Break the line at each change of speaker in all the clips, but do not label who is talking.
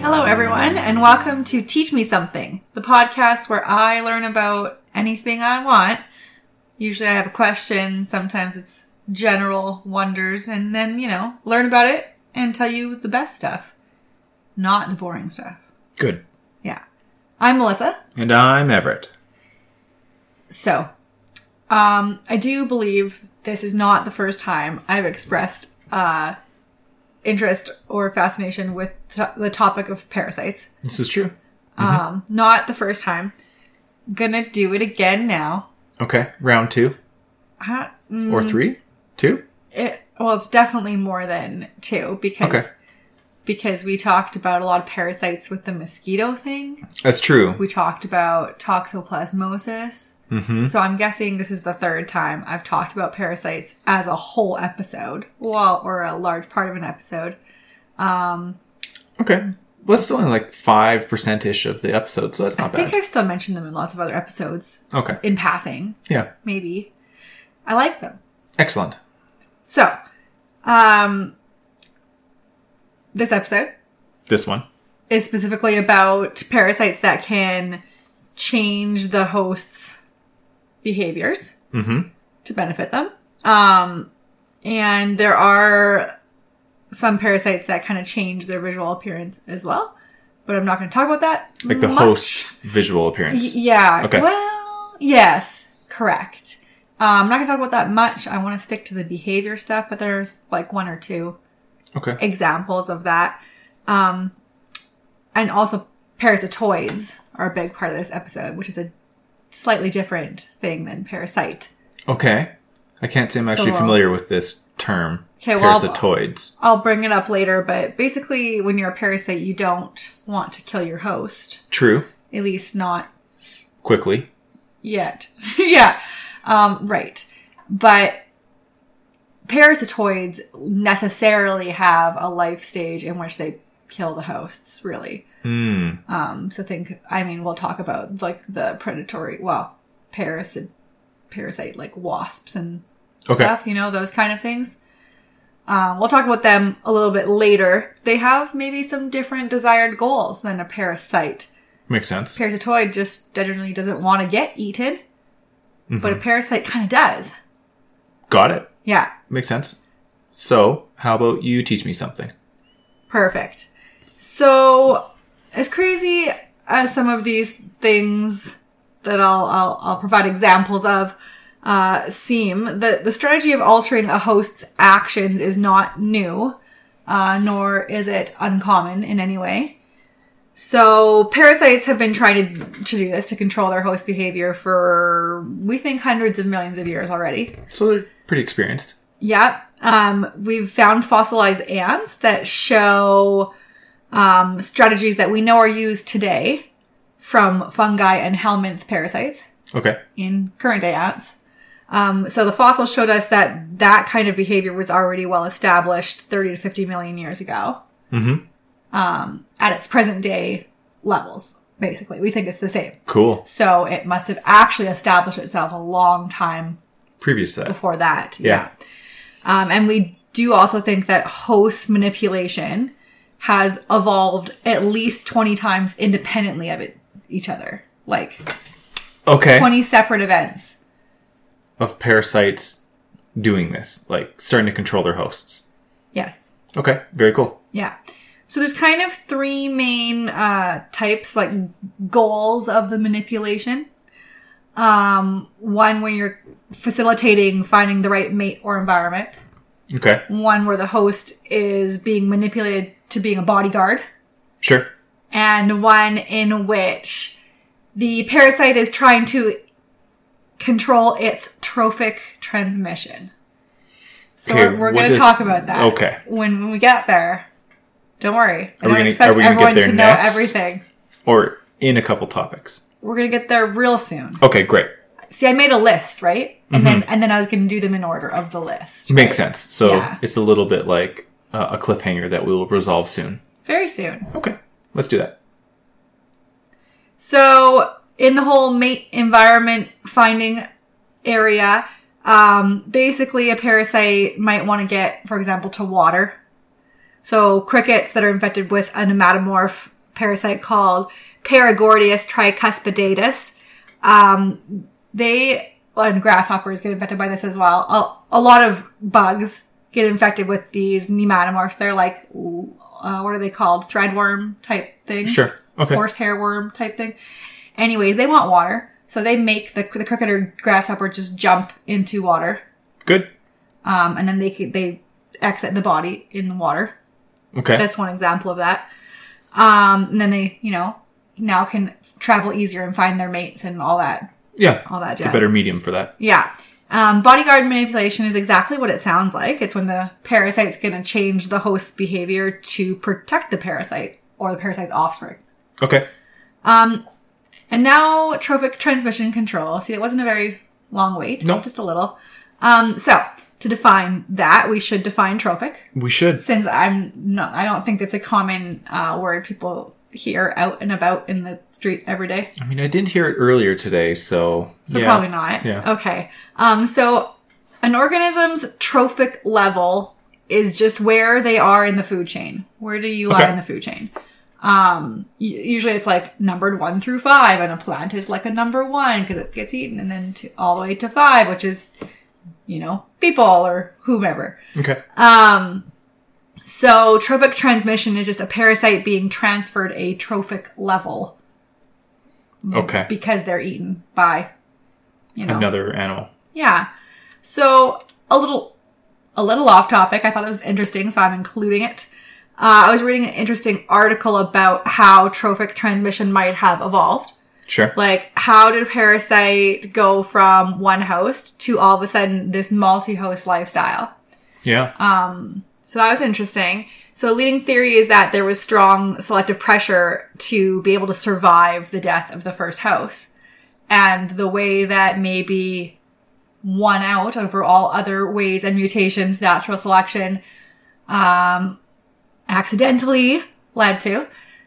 Hello, everyone, and welcome to Teach Me Something, the podcast where I learn about anything I want. Usually I have a question, sometimes it's general wonders, and then, you know, learn about it and tell you the best stuff, not the boring stuff.
Good.
Yeah. I'm Melissa.
And I'm Everett.
So, um, I do believe this is not the first time I've expressed uh, interest or fascination with to- the topic of parasites.
This is true. Mm-hmm.
Um, not the first time. Gonna do it again now.
Okay. Round two
I don't- mm,
or three? Two?
it, well, it's definitely more than two because
Okay.
because we talked about a lot of parasites with the mosquito thing.
That's true.
We talked about toxoplasmosis.
Mm-hmm.
So I'm guessing this is the third time I've talked about parasites as a whole episode, well, or a large part of an episode. Um,
Okay. Well, it's still only like 5% ish of the episode, so that's
I
not
think
bad.
I've still mentioned them in lots of other episodes
Okay.
in passing,
Yeah.
maybe. I like them.
Excellent.
So, um, this episode
This one.
is specifically about parasites that can change the host's behaviors
Mm-hmm.
to benefit them. Um, and there are some parasites that kind of change their visual appearance as well, but I'm not going to talk about that.
Like the
much.
host's visual
Y-
appearance.
yeah.
Okay.
Well, yes, correct. Um, I'm not going to talk about that much. I want to stick to the behavior stuff, but there's like one or two
Okay.
examples of that. Um, and also parasitoids are a big part of this episode, which is a slightly different thing than parasite.
Okay. I can't say I'm actually
So-
familiar with this term.
Okay, well,
Parasitoids.
I'll bring it up later, but basically, when you're a parasite, you don't want to kill your host.
True.
At least not
Quickly.
yet. yeah. Um, right. But parasitoids necessarily have a life stage in which they kill the hosts, really.
Mm.
Um, so think, I mean, we'll talk about like the predatory, well, parasit, parasite, like wasps and
Okay.
stuff, you know, those kind of things. Um, we'll talk about them a little bit later. They have maybe some different desired goals than a parasite.
Makes sense.
Parasitoid just generally doesn't want to get eaten, but a
Mhm.
parasite kind of does.
Got it.
Yeah,
Makes sense. So, how about you teach me something?
perfect. So, as crazy as some of these things that I'll I'll, I'll provide examples of uh, seem, the the strategy of altering a host's actions is not new, uh, nor is it uncommon in any way. So parasites have been trying to, to do this to control their host behavior for we think hundreds of millions of years already.
So, they're pretty experienced.
Yep. Um, we've found fossilized ants that show um, strategies that we know are used today from fungi and helminth parasites
Okay.
in current day ants. Um, so the fossils showed us that that kind of behavior was already well established 30 to 50 million years ago
Mm-hmm.
um, at its present day levels, basically. We think it's the same.
Cool.
So it must have actually established itself a long time
Previous to that.
before that.
Yeah.
Um, and we do also think that host manipulation has evolved at least 20 times independently of it, each other. Like
Okay.
20 separate events.
Of parasites doing this, like starting to control their hosts.
Yes.
Okay. Very cool.
Yeah. So there's kind of three main uh, types, like goals of the manipulation. Um, one where you're facilitating finding the right mate or environment.
Okay.
One where the host is being manipulated to being a bodyguard.
Sure.
and one in which the parasite is trying to control its trophic transmission. So
Okay,
we're, we're
what
going to
does-
talk about that.
okay.
When, when we get there, don't worry. I
Are we
don't
gonna-
expect
are we gonna get
everyone
there
to know
next?
everything.
Or in a couple topics.
We're going to get there real soon.
Okay. Great.
See, I made a list, right? And then and then I was going to do them in order of the list.
Mm-hmm. Makes sense. So
Yeah.
it's a little bit like uh, a cliffhanger that we will resolve soon.
very soon.
Okay, let's do that.
So, in the whole mate environment finding area, um, basically a parasite might want to get, for example, to water. So, crickets that are infected with a nematomorph parasite called Paragordius tricuspidatus, um, they, and grasshoppers get infected by this as well. A, a lot of bugs get infected with these nematomorphs. They're like, uh, what are they called? Threadworm type things.
Sure. Okay.
Horsehair worm type thing. Anyways, they want water. So they make the, the cricket or grasshopper just jump into water.
Good.
Um, and then they, c- they exit the body in the water.
Okay.
That's one example of that. Um, and then they, you know, now can travel easier and find their mates and all that,
yeah.
all that
It's
jazz.
a better medium for that.
Yeah. Um, bodyguard manipulation is exactly what it sounds like. It's when the parasite's going to change the host's behavior to protect the parasite or the parasite's offspring.
Okay.
And now trophic transmission control. See, that wasn't a very long wait.
No.
Just a little. Um, so to define that, we should define trophic
We should.
since I'm not, I don't think it's a common uh, word people hear out and about in the street every day.
I mean, I did hear it earlier today, so.
So probably not.
Yeah.
Okay. Um, so an organism's trophic level is just where they are in the food chain. Where do you lie
Okay.
in the food chain? Um, u- usually it's like numbered one through five, and a plant is like a number one because it gets eaten, and then to, all the way to five, which is, you know, people or whomever.
Okay.
Um, so trophic transmission is just a parasite being transferred a trophic level
Okay.
because they're eaten by, Um, you know,
Another animal.
Yeah. So a little, a little off topic. I thought it was interesting, so I'm including it. Uh, I was reading an interesting article about how trophic transmission might have evolved.
Sure.
Like, how did parasite go from one host to all of a sudden this multi-host lifestyle?
Yeah.
uh, So that was interesting. So a leading theory is that there was strong selective pressure to be able to survive the death of the first house. And the way that maybe won out over all other ways and mutations natural selection um, accidentally led to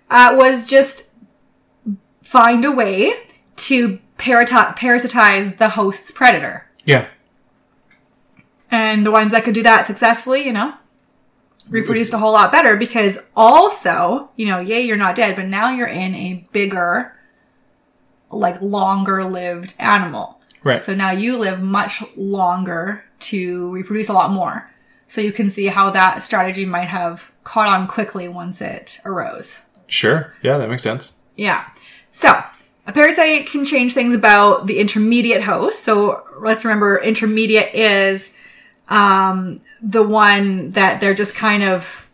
uh, was just find a way to parati- parasitize the host's predator.
yeah.
And the ones that could do that successfully, you know, reproduced a whole lot better because also, you know, yay, you're not dead, but now you're in a bigger, like longer lived animal.
Right.
So now you live much longer to reproduce a lot more. So you can see how that strategy might have caught on quickly once it arose.
sure. Yeah, that makes sense.
Yeah. So a parasite can change things about the intermediate host. So let's remember intermediate is um, the one that they're just kind of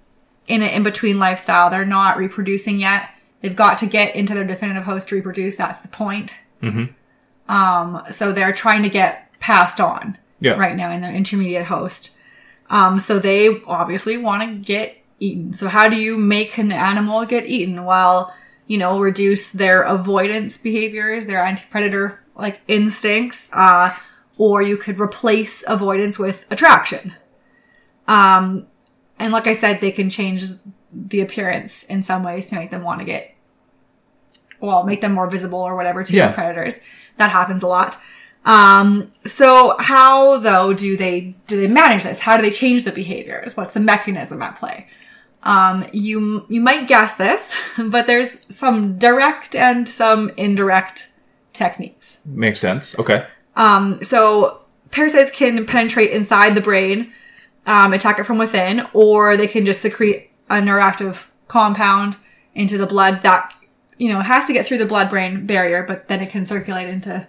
in an in between lifestyle. They're not reproducing yet. They've got to get into their definitive host to reproduce. That's the point. Um, so they're trying to get passed on
Yeah.
right now in their intermediate host. Um, so they obviously want to get eaten. So how do you make an animal get eaten? Well, you know, reduce their avoidance behaviors, their anti-predator like instincts, uh, or you could replace avoidance with attraction. Um, and like I said, they can change the appearance in some ways to make them want to get, well, make them more visible or whatever to
Yeah.
the predators. That happens a lot. Um, so how though do they do they manage this? How do they change the behaviors? What's the mechanism at play? Um, you you might guess this, but there's some direct and some indirect techniques.
Makes sense. Okay.
Um, so parasites can penetrate inside the brain, um, attack it from within, or they can just secrete a neuroactive compound into the blood that, you know, has to get through the blood brain barrier, but then it can circulate into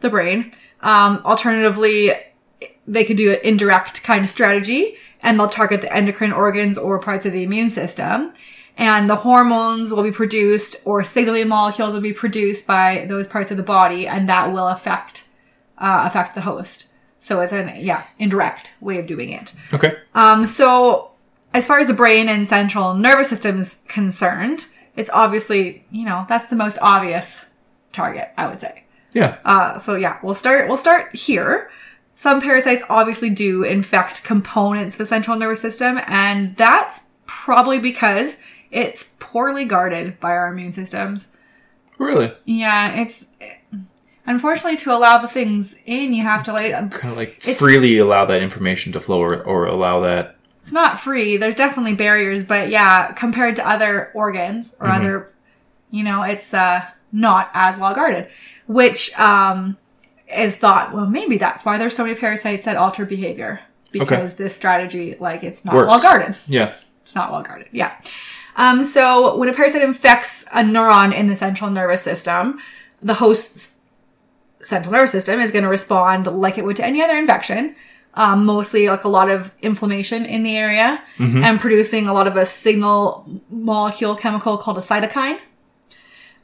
the brain. Um, alternatively, they could do an indirect kind of strategy and they'll target the endocrine organs or parts of the immune system. And the hormones will be produced or signaling molecules will be produced by those parts of the body and that will affect, uh, affect the host. So it's an, yeah, indirect way of doing it.
Okay.
Um, so as far as the brain and central nervous system is concerned, it's obviously, you know, that's the most obvious target, I would say.
yeah.
Uh, so yeah, we'll start. We'll start here. Some parasites obviously do infect components of the central nervous system, and that's probably because It's poorly guarded by our immune systems. uh,
Really?
Yeah, it's unfortunately to allow the things in, you have to let.
Kind of like
It's-
freely allow that information to flow or, or allow that.
It's not free. There's definitely barriers, but yeah, compared to other organs or other, you know, it's uh, not as well guarded, which um, is thought. Well, maybe that's why there's so many parasites that alter behavior because this strategy, like, it's not well
Works.
guarded.
Yeah.
It's not well guarded. Yeah. Um, so when a parasite infects a neuron in the central nervous system, the host's central nervous system is going to respond like it would to any other infection, um, mostly like a lot of inflammation in the area
Mhm.
and producing a lot of a signal molecule chemical called a cytokine.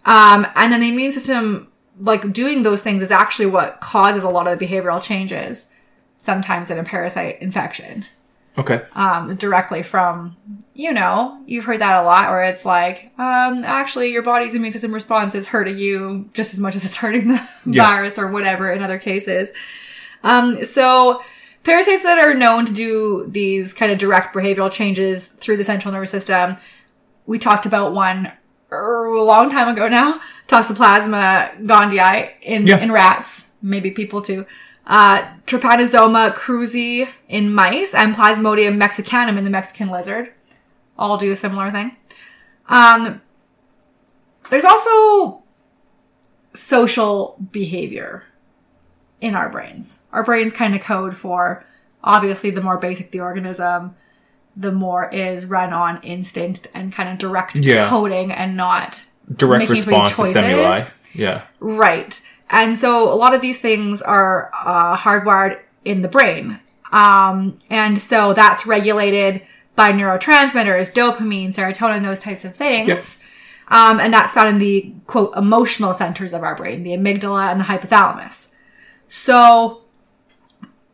Um, and then the immune system, like doing those things, is actually what causes a lot of the behavioral changes sometimes in a parasite infection
Okay.
um, directly from, you know, you've heard that a lot, where it's like, um, actually, your body's immune system response is hurting you just as much as it's hurting the
Yeah.
virus or whatever in other cases. Um, so parasites that are known to do these kind of direct behavioral changes through the central nervous system, we talked about one er, a long time ago now, Toxoplasma gondii in,
Yeah.
in rats, maybe people too. Uh, Trypanosoma cruzi in mice and Plasmodium mexicanum in the Mexican lizard all do a similar thing. Um, there's also social behavior in our brains. Our brains kind of code for obviously the more basic the organism, the more is run on instinct and kind of direct
Yeah.
coding and not
Direct
Making free
response to stimuli.
choices.
Yeah.
Right. And so a lot of these things are uh, hardwired in the brain. Um, and so that's regulated by neurotransmitters, dopamine, serotonin, those types of things.
Yep.
Um, and that's found in the quote emotional centers of our brain, the amygdala and the hypothalamus. So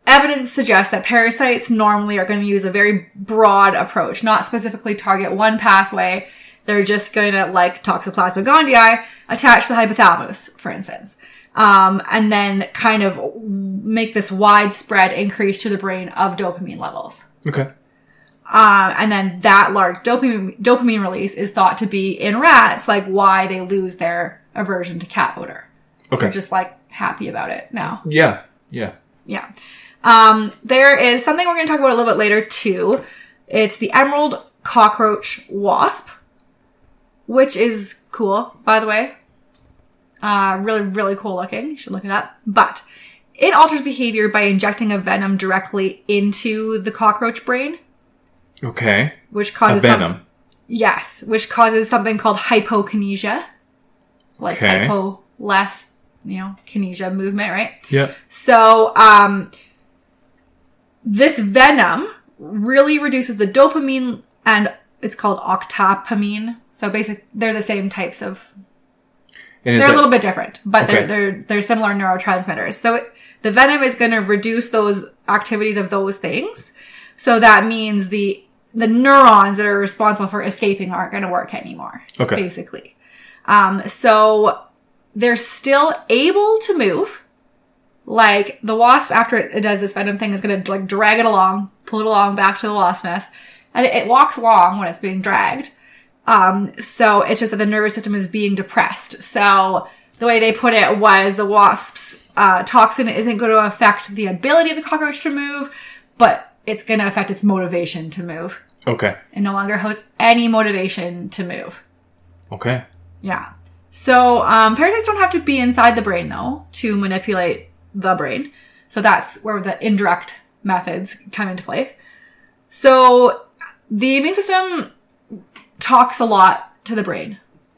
evidence suggests that parasites normally are going to use a very broad approach, not specifically target one pathway. They're just going to, like Toxoplasma gondii, attach the hypothalamus, for instance, um, and then kind of make this widespread increase through the brain of dopamine levels.
Okay.
Um, and then that large dopamine dopamine release is thought to be in rats, like why they lose their aversion to cat odor.
Okay.
They're just like happy about it now.
yeah. Yeah.
Yeah. Um, there is something we're going to talk about a little bit later too. It's the emerald cockroach wasp, which is cool, by the way. Uh, really, really cool looking. You should look it up. But it alters behavior by injecting a venom directly into the cockroach brain,
Okay.
which
A
causes some-
venom.
Yes, which causes something called hypokinesia, like
Okay.
hypo less, you know, kinesia movement, right?
Yeah.
So, um, this venom really reduces the dopamine and it's called octopamine. So basic, they're the same types of,
And is
they're
that-
a little bit different, but
Okay.
they're, they're, they're similar neurotransmitters. So it, the venom is going to reduce those activities of those things. So that means the, the neurons that are responsible for escaping aren't going to work anymore
okay.
basically. Um, so they're still able to move. Like the wasp, after it it does this venom thing, is going to like drag it along, pull it along back to the wasp nest, and it, it walks along when it's being dragged. Um, so it's just that the nervous system is being depressed. So the way they put it was the wasp's uh, toxin isn't going to affect the ability of the cockroach to move, but it's going to affect its motivation to move.
Okay.
It no longer has any motivation to move.
Okay.
Yeah. So um, parasites don't have to be inside the brain though to manipulate the brain. So that's where the indirect methods come into play. So the immune system talks a lot to the brain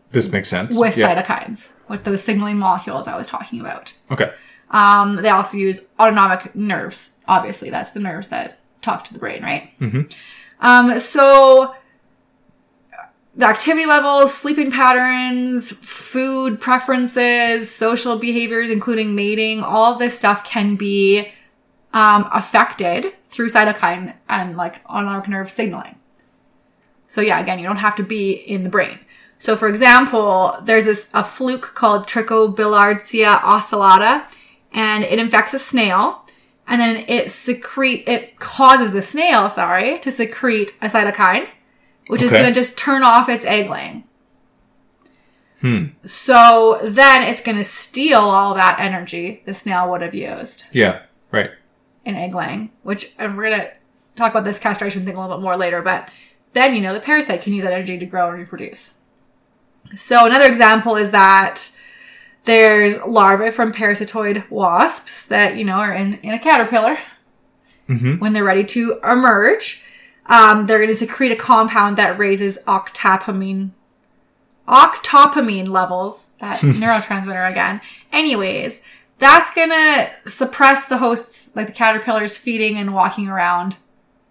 This makes sense.
with
yeah.
cytokines, with those signaling molecules I was talking about.
Okay.
Um, they also use autonomic nerves. Obviously, that's the nerves that talk to the brain, right?
Mhm.
Um, so the activity levels, sleeping patterns, food preferences, social behaviors, including mating, all of this stuff can be um, affected through cytokine and like autonomic nerve signaling. So yeah, again, you don't have to be in the brain. So for example, there's this a fluke called Trichobilharzia oscillata, and it infects a snail, and then it secrete it causes the snail, sorry, to secrete a cytokine, which is
Okay.
going to just turn off its egg laying. Hmm. So then it's going to steal all that energy the snail would have used
Yeah. Right.
in egg laying, which and we're going to talk about this castration thing a little bit more later, but then, you know, the parasite can use that energy to grow and reproduce. So another example is that there's larvae from parasitoid wasps that, you know, are in, in a caterpillar
Mm-hmm.
when they're ready to emerge. Um, they're going to secrete a compound that raises octapamine, octopamine levels, that neurotransmitter again. Anyways, that's going to suppress the host's, like the caterpillar's feeding and walking around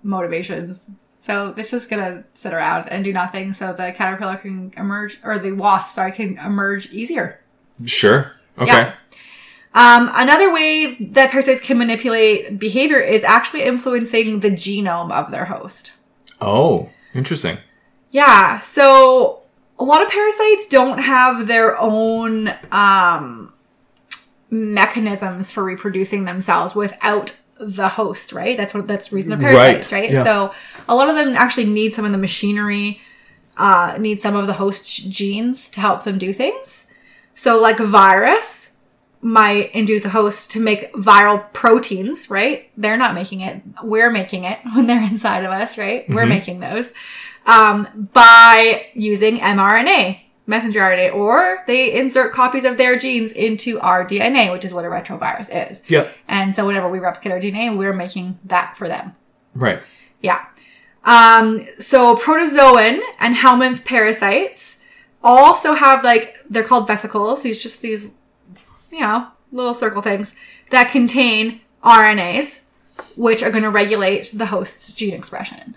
motivations. So it's just going to sit around and do nothing so the caterpillar can emerge, or the wasp, sorry, can emerge easier.
Sure. Okay.
Yeah. Um, another way that parasites can manipulate behavior is actually influencing the genome of their host.
Oh, interesting.
Yeah, so a lot of parasites don't have their own um, mechanisms for reproducing themselves without the host, right? That's what that's the reason they're parasites,
Right,
right?
yeah.
So a lot of them actually need some of the machinery, uh, need some of the host genes to help them do things. So like a virus might induce a host to make viral proteins, right? They're not making it. We're making it when they're inside of us, right? We're
Mhm.
making those um, by using mRNA, messenger RNA, or they insert copies of their genes into our DNA, which is what a retrovirus is.
Yeah.
And so whenever we replicate our DNA, we're making that for them.
Right.
Yeah. Um, so protozoan and helminth parasites also have like they're called vesicles. These just these, you know, little circle things that contain RNAs, which are going to regulate the host's gene expression,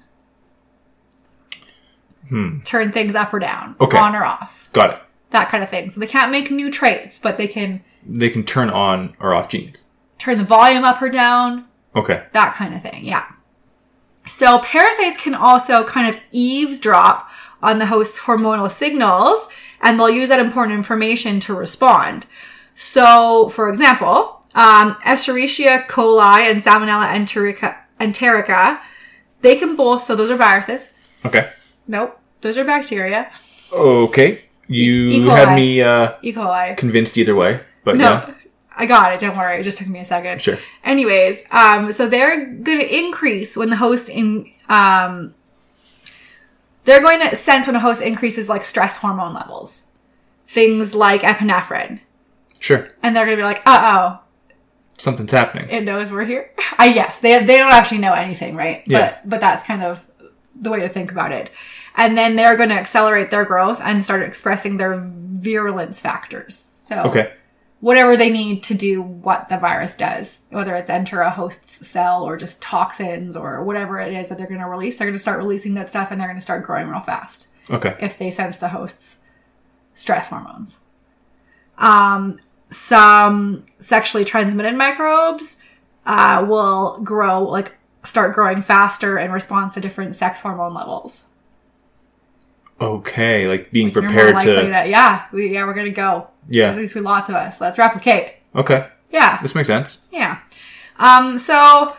Hmm.
turn things up or down,
Okay.
on or off,
Got it.
that kind of thing. So they can't make new traits, but they can
They can turn on or off genes.
turn the volume up or down,
Okay.
that kind of thing. Yeah. So parasites can also kind of eavesdrop on the host's hormonal signals and they'll use that important information to respond. So, for example, um, Escherichia coli and Salmonella enterica, enterica, they can both, so those are viruses.
Okay.
Nope. Those are bacteria.
Okay. You
E- E.
had
coli.
me uh,
E. coli.
convinced either way, but
No,
yeah.
I got it. Don't worry. It just took me a second.
Sure.
Anyways, um, so they're going to increase when the host in um, they're going to sense when a host increases like stress hormone levels, things like epinephrine,
Sure.
and they're going to be like, "Uh oh,
Something's happening.
it knows we're here." I yes, they they don't actually know anything, right?
Yeah.
But but that's kind of the way to think about it. And then they're going to accelerate their growth and start expressing their virulence factors. So
Okay.
whatever they need to do what the virus does, whether it's enter a host's cell or just toxins or whatever it is that they're going to release, they're going to start releasing that stuff and they're going to start growing real fast
Okay.
if they sense the host's stress hormones. Um, some sexually transmitted microbes uh, will grow, like, start growing faster in response to different sex hormone levels.
Okay. Like being
You're more
prepared
likely
to.
yeah, we, yeah, we're going to go. There's
Yeah.
going to be lots of us. Let's replicate.
Okay.
Yeah.
This makes sense.
Yeah. Um, so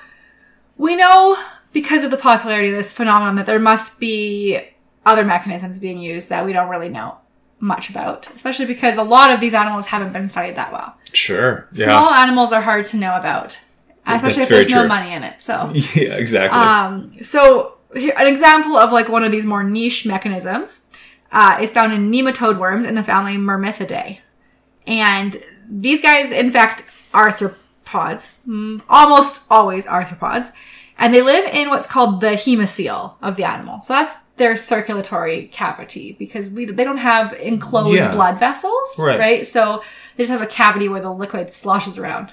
we know because of the popularity of this phenomenon that there must be other mechanisms being used that we don't really know much about, especially because a lot of these animals haven't been studied that well.
Sure.
Small animals are hard to know about,
That's
especially if
very
there's no
true.
money in it. So,
Yeah. Exactly.
um, so here, an example of like one of these more niche mechanisms uh, is found in nematode worms in the family Myrmithidae, and these guys, in fact, arthropods, mm, almost always arthropods, and they live in what's called the hemicele of the animal. So that's their circulatory cavity because we they don't have enclosed
Yeah.
blood vessels,
Right.
right? So they just have a cavity where the liquid sloshes around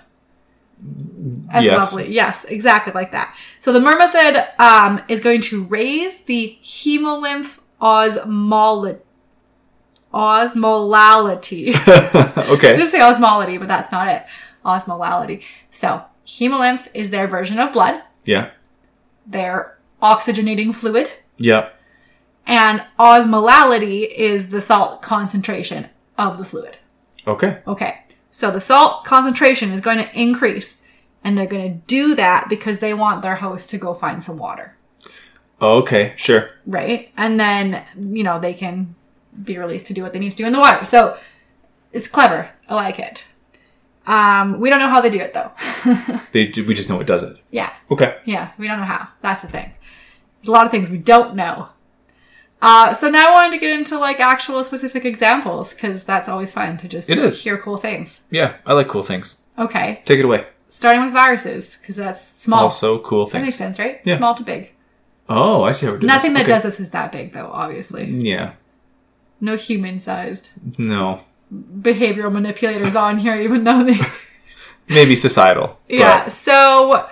as
Yes.
lovely. Yes, exactly like that. So the myrmethid um, is going to raise the hemolymph osmol- osmolality. I was
okay.
going to say osmolality, but that's not it. Osmolality. So hemolymph is their version of blood,
Yeah.
their oxygenating fluid,
Yeah.
and osmolality is the salt concentration of the fluid.
Okay.
Okay. So the salt concentration is going to increase and they're going to do that because they want their host to go find some water.
Oh, okay, sure.
right? And then, you know, they can be released to do what they need to do in the water. So it's clever. I like it. Um, we don't know how they do it though.
They do, we just know it does it.
yeah,
Okay.
yeah, we don't know how. That's the thing. There's a lot of things we don't know. Uh, so now I wanted to get into like actual specific examples because that's always fun to just
It is.
hear cool things.
Yeah, I like cool things.
Okay,
Take it away.
starting with viruses because that's small.
Also, cool
that makes
things.
sense, right?
Yeah.
Small to big.
Oh, I see how we're doing.
Nothing that does
this.
this is that big though. Obviously,
Yeah.
no human sized.
No.
behavioral manipulators on here, even though they.
Maybe societal. but-
yeah. So,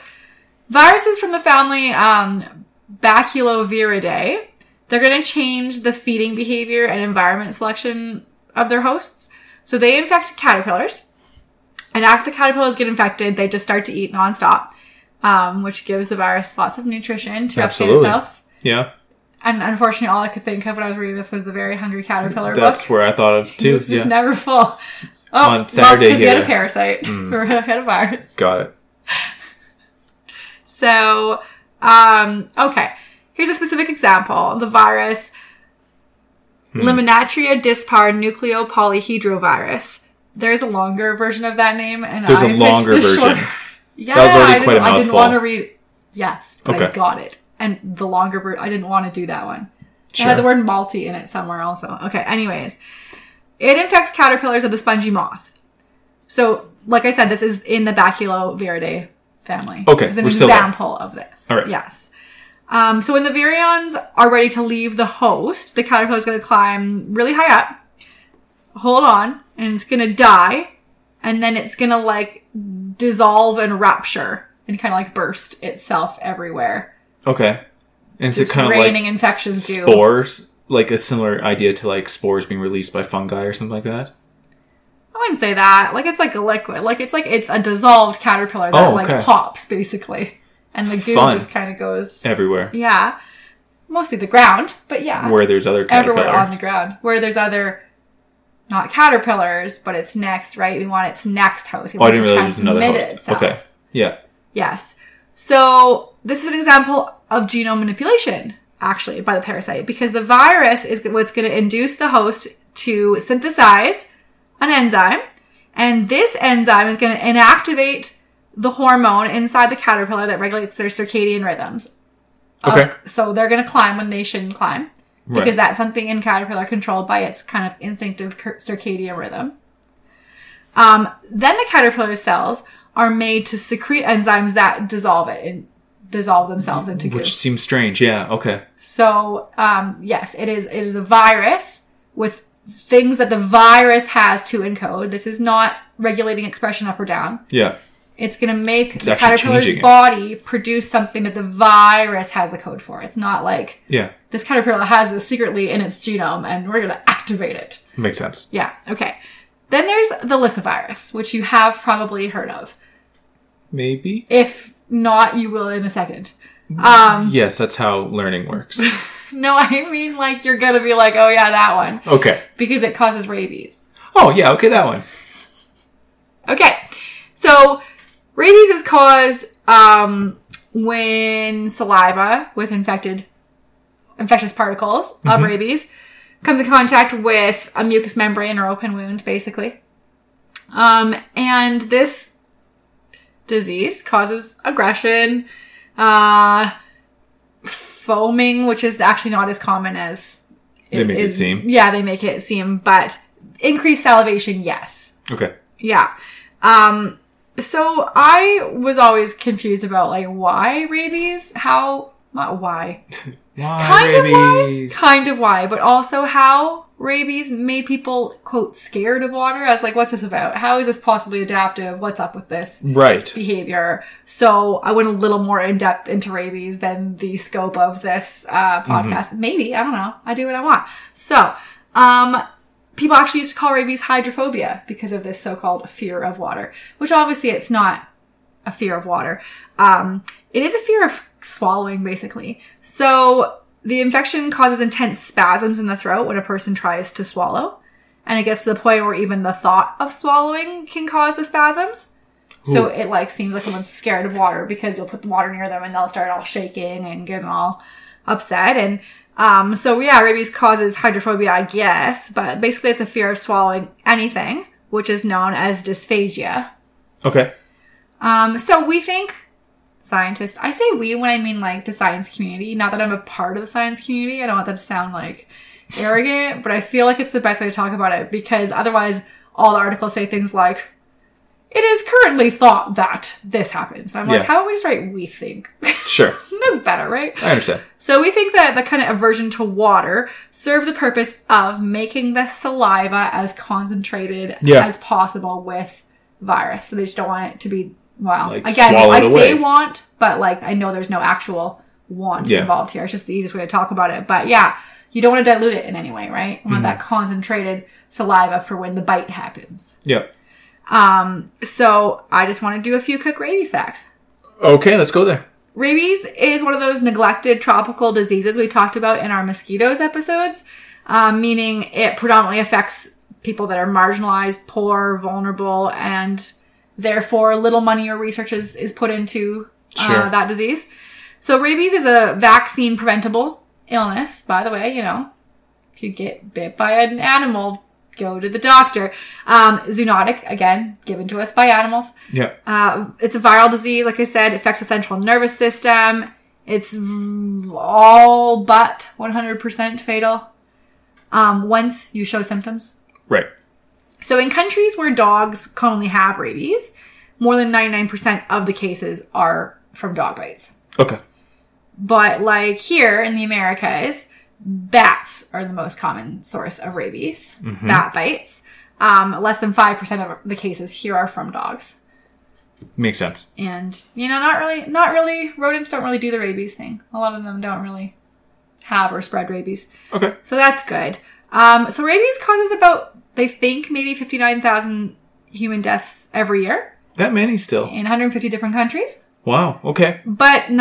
viruses from the family um, Baculoviridae, they're going to change the feeding behavior and environment selection of their hosts. So, they infect caterpillars. And after the caterpillars get infected, they just start to eat nonstop, um, which gives the virus lots of nutrition to
Absolutely.
update itself.
yeah.
And unfortunately, all I could think of when I was reading this was the Very Hungry Caterpillar book.
That's where I thought of
It
too.
was
Yeah.
just never full. Oh,
On
well, it's
Saturday, Mm.
'cause you had
yeah.
a parasite or a head of virus.
Got it.
So, um, okay. Here's a specific example. The virus
Hmm.
Limonatria dispar nucleopolyhedrovirus. There's a longer version of that name, and
There's
I
a
picked
longer
the
version.
shorter- yeah,
was already
I, didn't,
quite a
I didn't
mouthful.
want to read. Yes, but I
Okay.
got it. And the longer version, I didn't want to do that one. It
Sure.
had the word malty in it somewhere also. Okay, anyways. It infects caterpillars of the spongy moth. So, like I said, this is in the Baculoviridae family.
Okay,
This is an
we're still there.
example of this.
All right.
Yes. Um, so when the virions are ready to leave the host, the caterpillar is going to climb really high up, hold on, and it's going to die, and then it's going to like dissolve and rupture and kind of like burst itself everywhere.
Okay. And is it
It's
kind of like
raining infections do.
spores? Like a similar idea to like spores being released by fungi or something like that?
I wouldn't say that. Like it's like a liquid. Like it's like it's a dissolved caterpillar that
Oh, okay.
like pops basically, and the goo
Fun.
just kind of goes.
Everywhere.
Yeah, mostly the ground, but yeah,
Where there's other caterpillar.
everywhere on the ground where there's other. Not caterpillars, but its next, right? We want its next host. It
oh, I
wants
didn't
to
realize there's another
transmit
host. Okay. Yeah.
Yes. So this is an example of genome manipulation, actually, by the parasite, because the virus is what's going to induce the host to synthesize an enzyme, and this enzyme is going to inactivate the hormone inside the caterpillar that regulates their circadian rhythms.
Okay.
Of- so they're going to climb when they shouldn't climb because
Right.
that's something in caterpillar controlled by its kind of instinctive cir- circadian rhythm. Um, then the caterpillar cells are made to secrete enzymes that dissolve it and dissolve themselves into goo.
Which seems strange. Yeah. Okay.
So um, yes, it is. It is a virus with things that the virus has to encode. This is not regulating expression up or down.
Yeah.
It's going to make the
actually
caterpillar's
changing it.
body produce something that the virus has the code for. It's not like
Yeah.
this caterpillar has this secretly in its genome and we're going to activate it.
Makes sense.
Yeah, okay. Then there's the lysovirus, which you have probably heard of.
Maybe.
If not, you will in a second. Um,
Yes, that's how learning works.
no, I mean like you're going to be like, "Oh yeah, that one,"
Okay.
because it causes rabies.
Oh, yeah. Okay, that one.
Okay. So, rabies is caused um, when saliva with infected infectious particles
Mm-hmm.
of rabies comes in contact with a mucous membrane or open wound, basically. Um, and this disease causes aggression, uh, foaming, which is actually not as common as
They make it
is-
seem.
Yeah, they make it seem, but increased salivation, yes.
Okay.
Yeah. Um so I was always confused about like why rabies? How not why.
Why
Kind of why.
rabies?
Kind of why, but also how rabies made people quote scared of water. I was like, what's this about? How is this possibly adaptive? What's up with this?
Right.
behavior. So I went a little more in depth into rabies than the scope of this uh, podcast. Maybe I don't know. I do what I want. So um, people actually used to call rabies hydrophobia because of this so-called fear of water, which obviously it's not a fear of water. Um, it is a fear of swallowing, basically. So the infection causes intense spasms in the throat when a person tries to swallow. And it gets to the point where even the thought of swallowing can cause the spasms. So
Ooh.
it like seems like someone's scared of water because you'll put the water near them and they'll start all shaking and getting all upset. And um, so yeah, rabies causes hydrophobia, I guess, but basically it's a fear of swallowing anything, which is known as dysphagia.
Okay.
Um, so we think scientists, I say we when I mean like the science community, not that I'm a part of the science community. I don't want that to sound like arrogant, but I feel like it's the best way to talk about it because otherwise all the articles say things like, it is currently thought that this happens. And I'm like,
Yeah.
how about we just write we think?
Sure.
That's better, right?
I understand.
So we think that the kind of aversion to water served the purpose of making the saliva as concentrated
Yeah.
as possible with virus. So they just don't want it to be well.
Like,
again, I
swallowed
say
away.
want, but like I know there's no actual want
Yeah.
involved here. It's just the easiest way to talk about it. But yeah, you don't want to dilute it in any way, right?
Mm-hmm.
You want that concentrated saliva for when the bite happens.
Yeah.
Um, so I just want to do a few quick rabies facts.
Okay, let's go there.
Rabies is one of those neglected tropical diseases we talked about in our mosquitoes episodes, um, meaning it predominantly affects people that are marginalized, poor, vulnerable, and therefore little money or research is, is put into uh,
Sure.
that disease. So, rabies is a vaccine preventable illness, by the way, you know. If you get bit by an animal, go to the doctor. Um, zoonotic, again, given to us by animals.
Yeah.
Uh, it's a viral disease, like I said, affects the central nervous system. It's v- all but 100% fatal um, once you show symptoms.
Right.
So, in countries where dogs commonly have rabies, more than 99% of the cases are from dog bites.
Okay.
But, like here in the Americas, bats are the most common source of rabies, bat bites. Um, less than 5% of the cases here are from dogs.
Makes sense.
and you know not really not really rodents don't really do the rabies thing a lot of them don't really have or spread rabies
Okay.
so that's good um, so rabies causes about they think maybe 59000 human deaths every year
That many still.
in 150 different countries
Wow. Okay.
but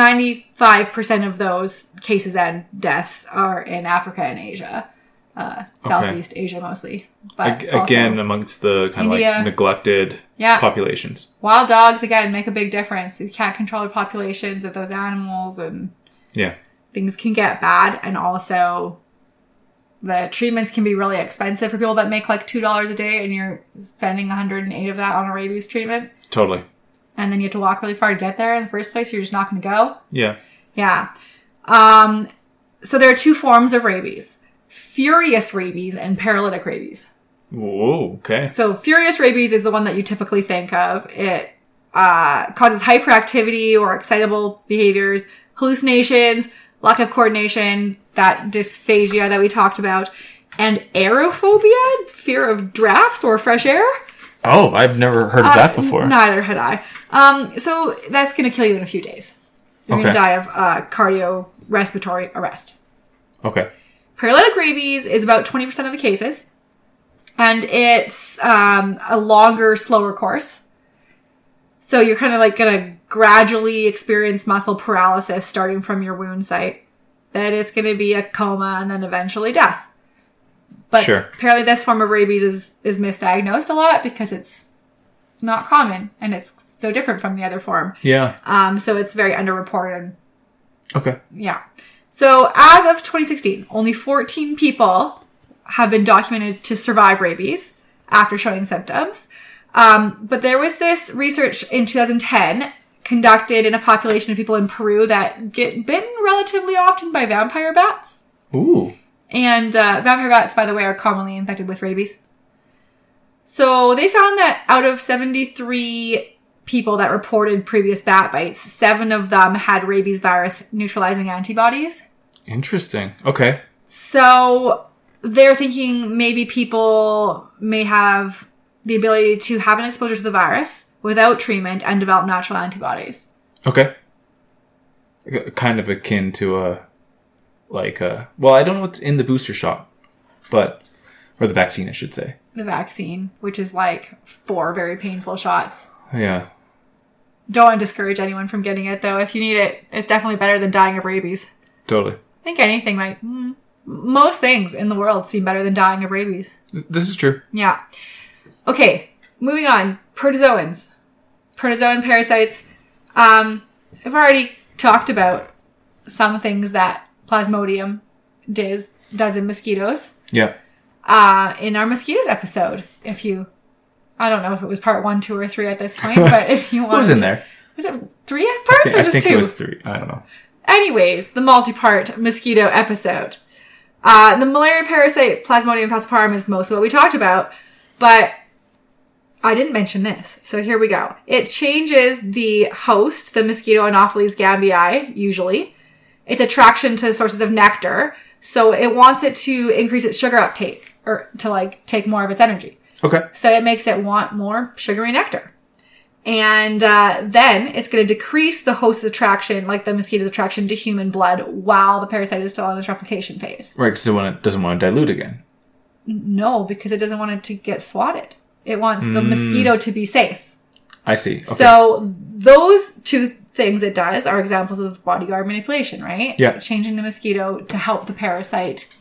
95% of those cases and deaths are in africa and asia uh, southeast asia mostly but
Ag-
also-
again, amongst the kind of
India.
like neglected
yeah
populations.
wild dogs again make a big difference you can't control the populations of those animals and
Yeah.
things can get bad and also the treatments can be really expensive for people that make like $2 a day and you're spending 108 of that on a rabies treatment
Totally.
and then you have to walk really far to get there in the first place you're just not going to go
Yeah.
yeah um, so there are two forms of rabies furious rabies and paralytic rabies
Whoa. Okay.
so furious rabies is the one that you typically think of. It uh, causes hyperactivity or excitable behaviors, hallucinations, lack of coordination, that dysphagia that we talked about, and aerophobia, fear of drafts or fresh air.
Oh, I've never heard of that
Uh,
before.
Neither had I. Um, so that's going to kill you in a few days. You're going
Okay.
to die of uh, cardio respiratory arrest.
Okay.
Paralytic rabies is about 20% of the cases, and it's um, a longer, slower course. So you're kind of like going to gradually experience muscle paralysis starting from your wound site. Then it's going to be a coma and then eventually death. But
Sure.
apparently, this form of rabies is, is misdiagnosed a lot because it's not common and it's so different from the other form.
Yeah.
Um, so it's very underreported and
Okay.
yeah. So as of 2016, only 14 people have been documented to survive rabies after showing symptoms. Um, but there was this research in 2010 conducted in a population of people in Peru that get bitten relatively often by vampire bats.
Ooh.
And uh, vampire bats, by the way, are commonly infected with rabies. So they found that out of 73 people that reported previous bat bites, seven of them had rabies virus neutralizing antibodies.
Interesting. Okay.
So they're thinking maybe people may have the ability to have an exposure to the virus without treatment and develop natural antibodies.
Okay. K- Kind of akin to a, like a. Well, I don't know what's in the booster shot, but or the vaccine, I should say.
The vaccine, which is like four very painful shots.
Yeah.
Don't want to discourage anyone from getting it though. If you need it, it's definitely better than dying of rabies.
Totally.
I think anything might. mm, Most things in the world seem better than dying of rabies.
Th- This is true.
Yeah. Okay, moving on. Protozoans. Protozoan parasites. Um, I've already talked about some things that Plasmodium does does in mosquitoes
Yeah.
uh, in our mosquitoes episode. If you, I don't know if it was part one, two, or three at this point, but if you
What
want,
was in there?
Was it three parts or
I
just
think
two?
it was three. I don't know.
Anyways, the multi-part mosquito episode. Uh, the malaria parasite Plasmodium falciparum is most of what we talked about, but I didn't mention this, so here we go. It changes the host, the mosquito Anopheles gambii, usually. Its attraction to sources of nectar, so it wants it to increase its sugar uptake or to like take more of its energy.
Okay.
So it makes it want more sugary nectar. And uh, then it's going to decrease the host's attraction, like the mosquito's attraction to human blood, while the parasite is still in its replication phase.
Right, because it wanna- doesn't want to dilute again.
No, because it doesn't want it to get swatted. It wants the mosquito to be safe.
I see. Hmm. Okay.
So those two things it does are examples of bodyguard manipulation, right?
Yeah.
It's changing the mosquito to help the parasite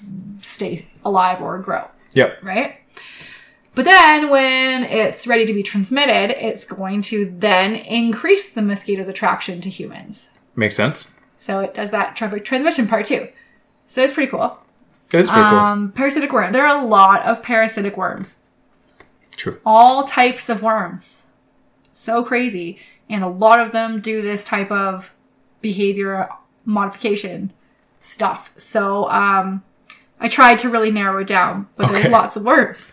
stay alive or grow.
yep.
right? But then when it's ready to be transmitted, it's going to then increase the mosquito's attraction to humans.
Makes sense.
So it does that tr- transmission part too. So it's pretty cool.
It's pretty
Um, parasitic worm. There are a lot of parasitic worms,
cool. True.
all types of worms. So crazy. And a lot of them do this type of behavior modification stuff. So um, I tried to really narrow it down, but there's
Okay.
lots of worms.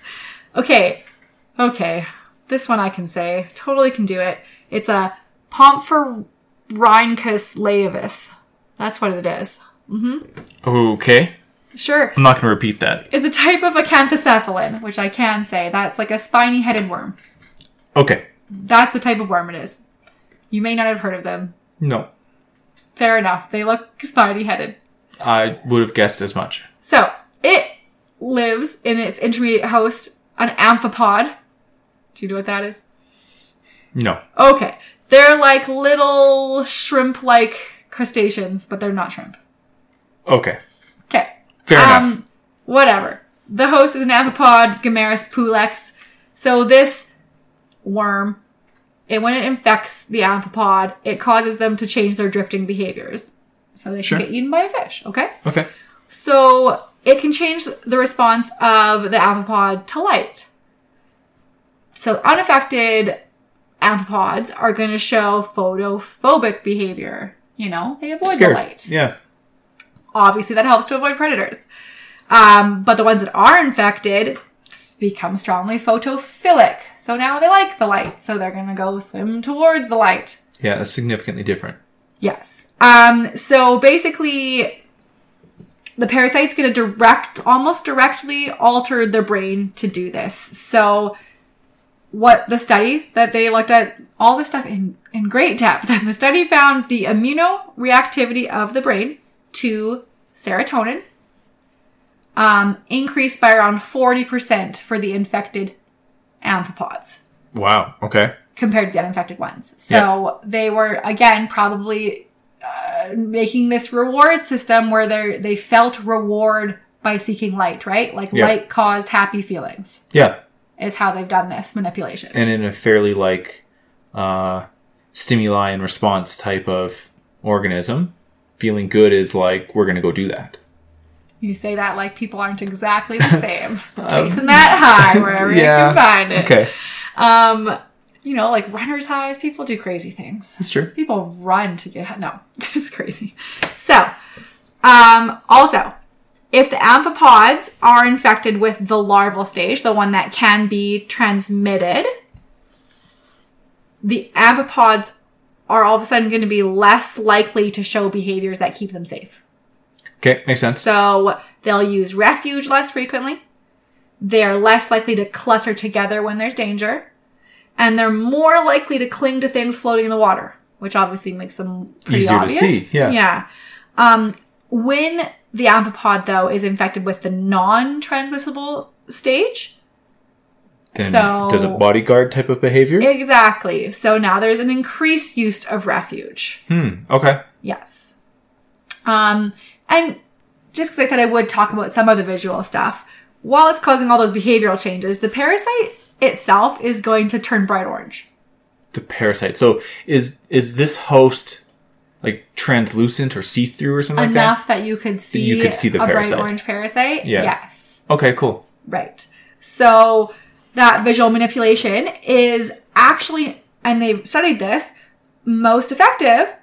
Okay, okay, this one I can say totally can do it. It's a Pomphorhynchus laevis. That's what it is.
Okay.
Sure,
I'm not going to repeat that.
it's a type of acanthocephalin, which I can say. That's like a spiny-headed worm.
Okay.
That's the type of worm it is. You may not have heard of them.
No.
Fair enough. They look spiny-headed.
I would have guessed as much.
So it lives in its intermediate host, an amphipod. Do you know what that is?
No.
Okay. They're like little shrimp like crustaceans, but they're not shrimp.
Okay.
Okay.
Fair
Um,
enough.
Whatever. The host is an amphipod, Gammarus pulex. So this worm, it, when it infects the amphipod, it causes them to change their drifting behaviors. So they can
Sure.
get eaten by a fish, okay?
Okay.
So it can change the response of the amphipod to light. So unaffected amphipods are going to show photophobic behavior. You know, they avoid
Scared.
the light.
Yeah.
Obviously, that helps to avoid predators. Um, but the ones that are infected become strongly photophilic. So now they like the light. So they're going to go swim towards the light.
Yeah, that's significantly different.
Yes. Um, so basically, the parasite's going to direct, almost directly alter the brain to do this. So, what the study that they looked at, all this stuff in, in great depth, and the study found the immunoreactivity of the brain to serotonin um, increased by around 40% for the infected amphipods
Wow. Okay.
compared to the uninfected ones. So they were again probably uh, making this reward system where they they felt reward by seeking light, right? Like
Yeah.
light caused happy feelings
Yeah.
is how they've done this manipulation.
And in a fairly like uh stimuli and response type of organism, feeling good is like we're going to go do that.
you say that like people aren't exactly the same, chasing that high wherever
Um, yeah.
you can find it.
Okay.
Um, you know, like runner's highs. People do crazy things.
That's true.
people run to get no it's crazy so um also if the amphipods are infected with the larval stage the one that can be transmitted the amphipods are all of a sudden going to be less likely to show behaviors that keep them safe
Okay, makes sense.
so they'll use refuge less frequently. They're less likely to cluster together when there's danger. And they're more likely to cling to things floating in the water, which obviously makes them pretty
Easier to
obvious.
see, yeah.
Yeah. Um, when the amphipod, though, is infected with the non transmissible stage,
Then
so-
does it bodyguard type of behavior?
exactly. So now there's an increased use of refuge.
hmm. Okay.
Yes. Um, and just because I said I would talk about some of the visual stuff, while it's causing all those behavioral changes, the parasite itself is going to turn bright orange.
The parasite. So is is this host like translucent or see through or something like that?
enough that you could see,
you could see the
a
parasite.
bright orange parasite.
Yeah.
Yes.
Okay, cool.
Right. So that visual manipulation is actually, and they've studied this, most effective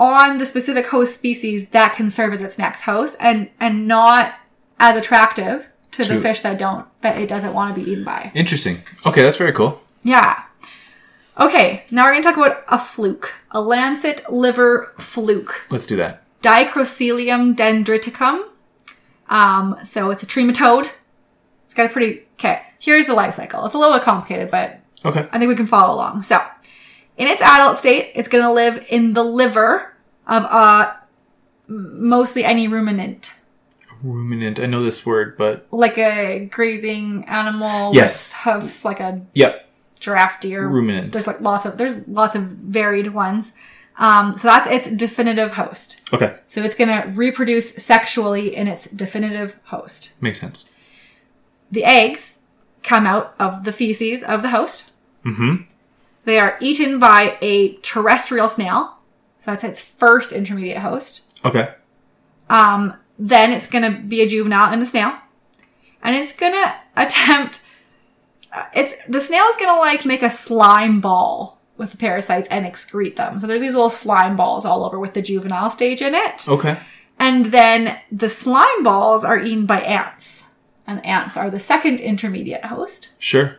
on the specific host species that can serve as its next host and, and not as attractive to the
To-
fish that don't, that it doesn't want to be eaten by.
Interesting. Okay, that's very cool.
Yeah. Okay, now we're going to talk about a fluke, a lancet liver fluke,
Let's do that.
Dicrocelium dendriticum. Um, so it's a trematode. It's got a pretty okay. Here's the life cycle. It's a little bit complicated, but
Okay.
I think we can follow along. So, in its adult state, it's going to live in the liver of uh, m- mostly any ruminant,
Ruminant. I know this word, but
like a grazing animal.
Yes.
with hoofs like a
yep.
giraffe deer
Ruminant.
there's like lots of there's lots of varied ones um, so that's its definitive host
Okay,
so it's going to reproduce sexually in its definitive host
makes sense.
the eggs come out of the feces of the host
Mm-hmm.
they are eaten by a terrestrial snail so that's its first intermediate host
Okay.
Um, then it's going to be a juvenile in the snail, and it's going to attempt. uh, It's the snail is going to like make a slime ball with the parasites and excrete them. So there's these little slime balls all over with the juvenile stage in it,
Okay.
and then the slime balls are eaten by ants, and ants are the second intermediate host.
Sure.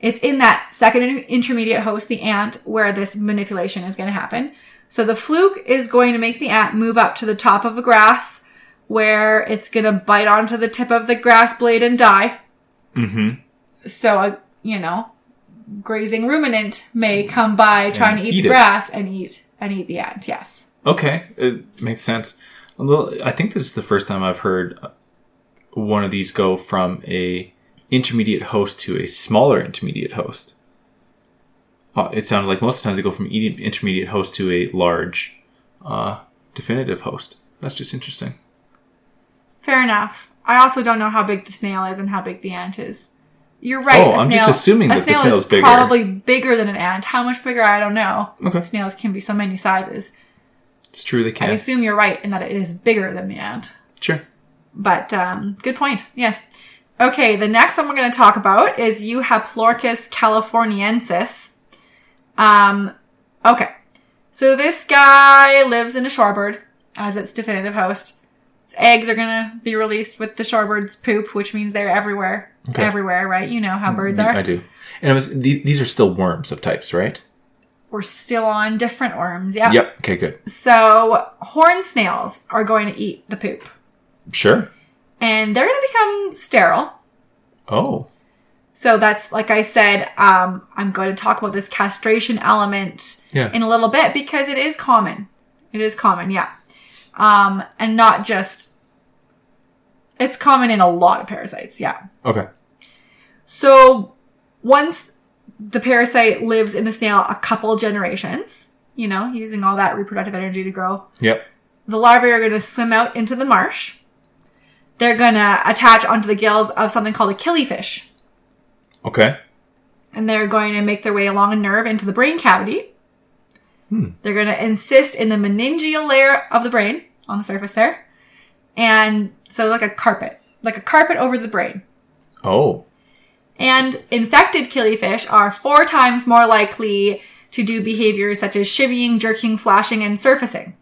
It's in that second inter- intermediate host, the ant, where this manipulation is going to happen. So the fluke is going to make the ant move up to the top of the grass where it's going to bite onto the tip of the grass blade and die.
Mm-hmm.
So, a, you know, grazing ruminant may come by trying to eat,
eat
the
it.
grass and eat and eat the ant. Yes.
Okay, it makes sense. A little, I think this is the first time I've heard uh, one of these go from a intermediate host to a smaller intermediate host. Uh, It sounded like most of the times they go from e- intermediate host to a large uh, definitive host. That's just interesting.
Fair enough. I also don't know how big the snail is and how big the ant is. You're right.
Oh,
a
I'm
snail,
just assuming
a
that the
snail
snail
is
is bigger.
probably bigger than an ant. How much bigger? I don't know.
Okay,
Snails can be so many sizes.
it's true they
I
can.
assume you're right in that it is bigger than the ant.
Sure.
But um, good point. Yes. Okay, the next one we're going to talk about is Euhaplorchus californiensis. Um, okay. So this guy lives in a shorebird as its definitive host. Its eggs are going to be released with the shorebird's poop, which means they're everywhere.
Okay. Mm-hmm.
Everywhere, right? You know how birds
I
are.
do. And it was, the- these are still worms of types, right?
We're still on different worms. Yeah.
Yep. Okay, good.
So horn snails are going to eat the poop.
Sure.
and they're going to become sterile.
Oh,
So that's like I said, um, I'm going to talk about this castration element
Yeah.
in a little bit because it is common. It is common, yeah, um, and not just. It's common in a lot of parasites, yeah.
okay.
So once the parasite lives in the snail a couple generations, you know, using all that reproductive energy to grow
Yep.
the larvae are going to swim out into the marsh. They're going to attach onto the gills of something called a killifish,
Okay.
and they're going to make their way along a nerve into the brain cavity. They're going to insist in the meningeal layer of the brain on the surface there. And so, like a carpet, like a carpet over the brain.
Oh,
And infected killifish are four times more likely to do behaviors such as shivvying, jerking, flashing, and surfacing.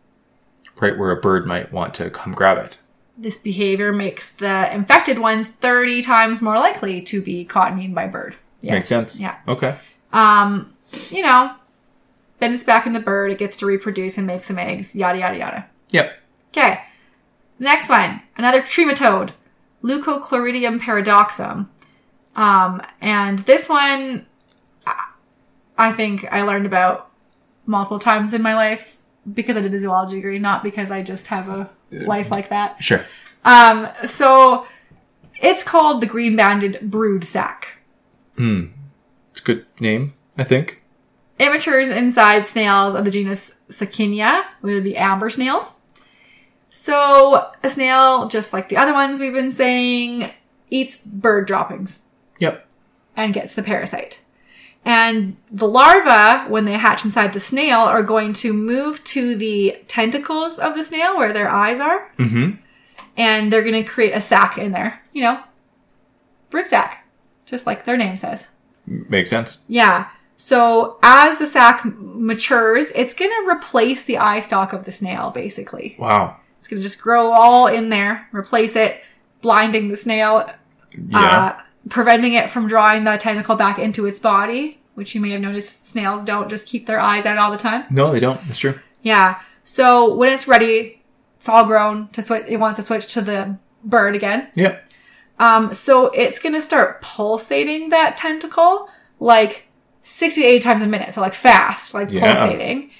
right where a bird might want to come grab it.
This behavior makes the infected ones 30 times more likely to be caught and eaten by a bird. Yes.
Makes sense.
Yeah.
Okay.
Um, you know, then it's back in the bird. It gets to reproduce and make some eggs, yada, yada, yada.
Yep.
Okay. Next one. Another trematode, Leucochloridium paradoxum. Um, and this one, I- I think I learned about multiple times in my life because I did a zoology degree, not because I just have a life like that.
Sure.
Um, so it's called the green banded brood sac.
It's a good name, I think.
It matures inside snails of the genus Sakinia, which are the amber snails. So a snail, just like the other ones we've been saying, eats bird droppings
Yep.
and gets the parasite. And the larvae, when they hatch inside the snail, are going to move to the tentacles of the snail where their eyes are,
Mm-hmm.
and they're going to create a sac in there. You know, broodsac, just like their name says.
Makes sense.
Yeah. So as the sac m- matures, it's going to replace the eye stalk of the snail, basically.
Wow.
It's going to just grow all in there, replace it, blinding the snail,
Yeah.
uh, preventing it from drawing the tentacle back into its body, which you may have noticed snails don't just keep their eyes out all the time.
no, they don't. That's true.
Yeah. So when it's ready, it's all grown to switch. It wants to switch to the bird again.
Yeah.
Um, so it's going to start pulsating that tentacle like 60 to 80 times a minute. So like fast, like
Yeah.
pulsating.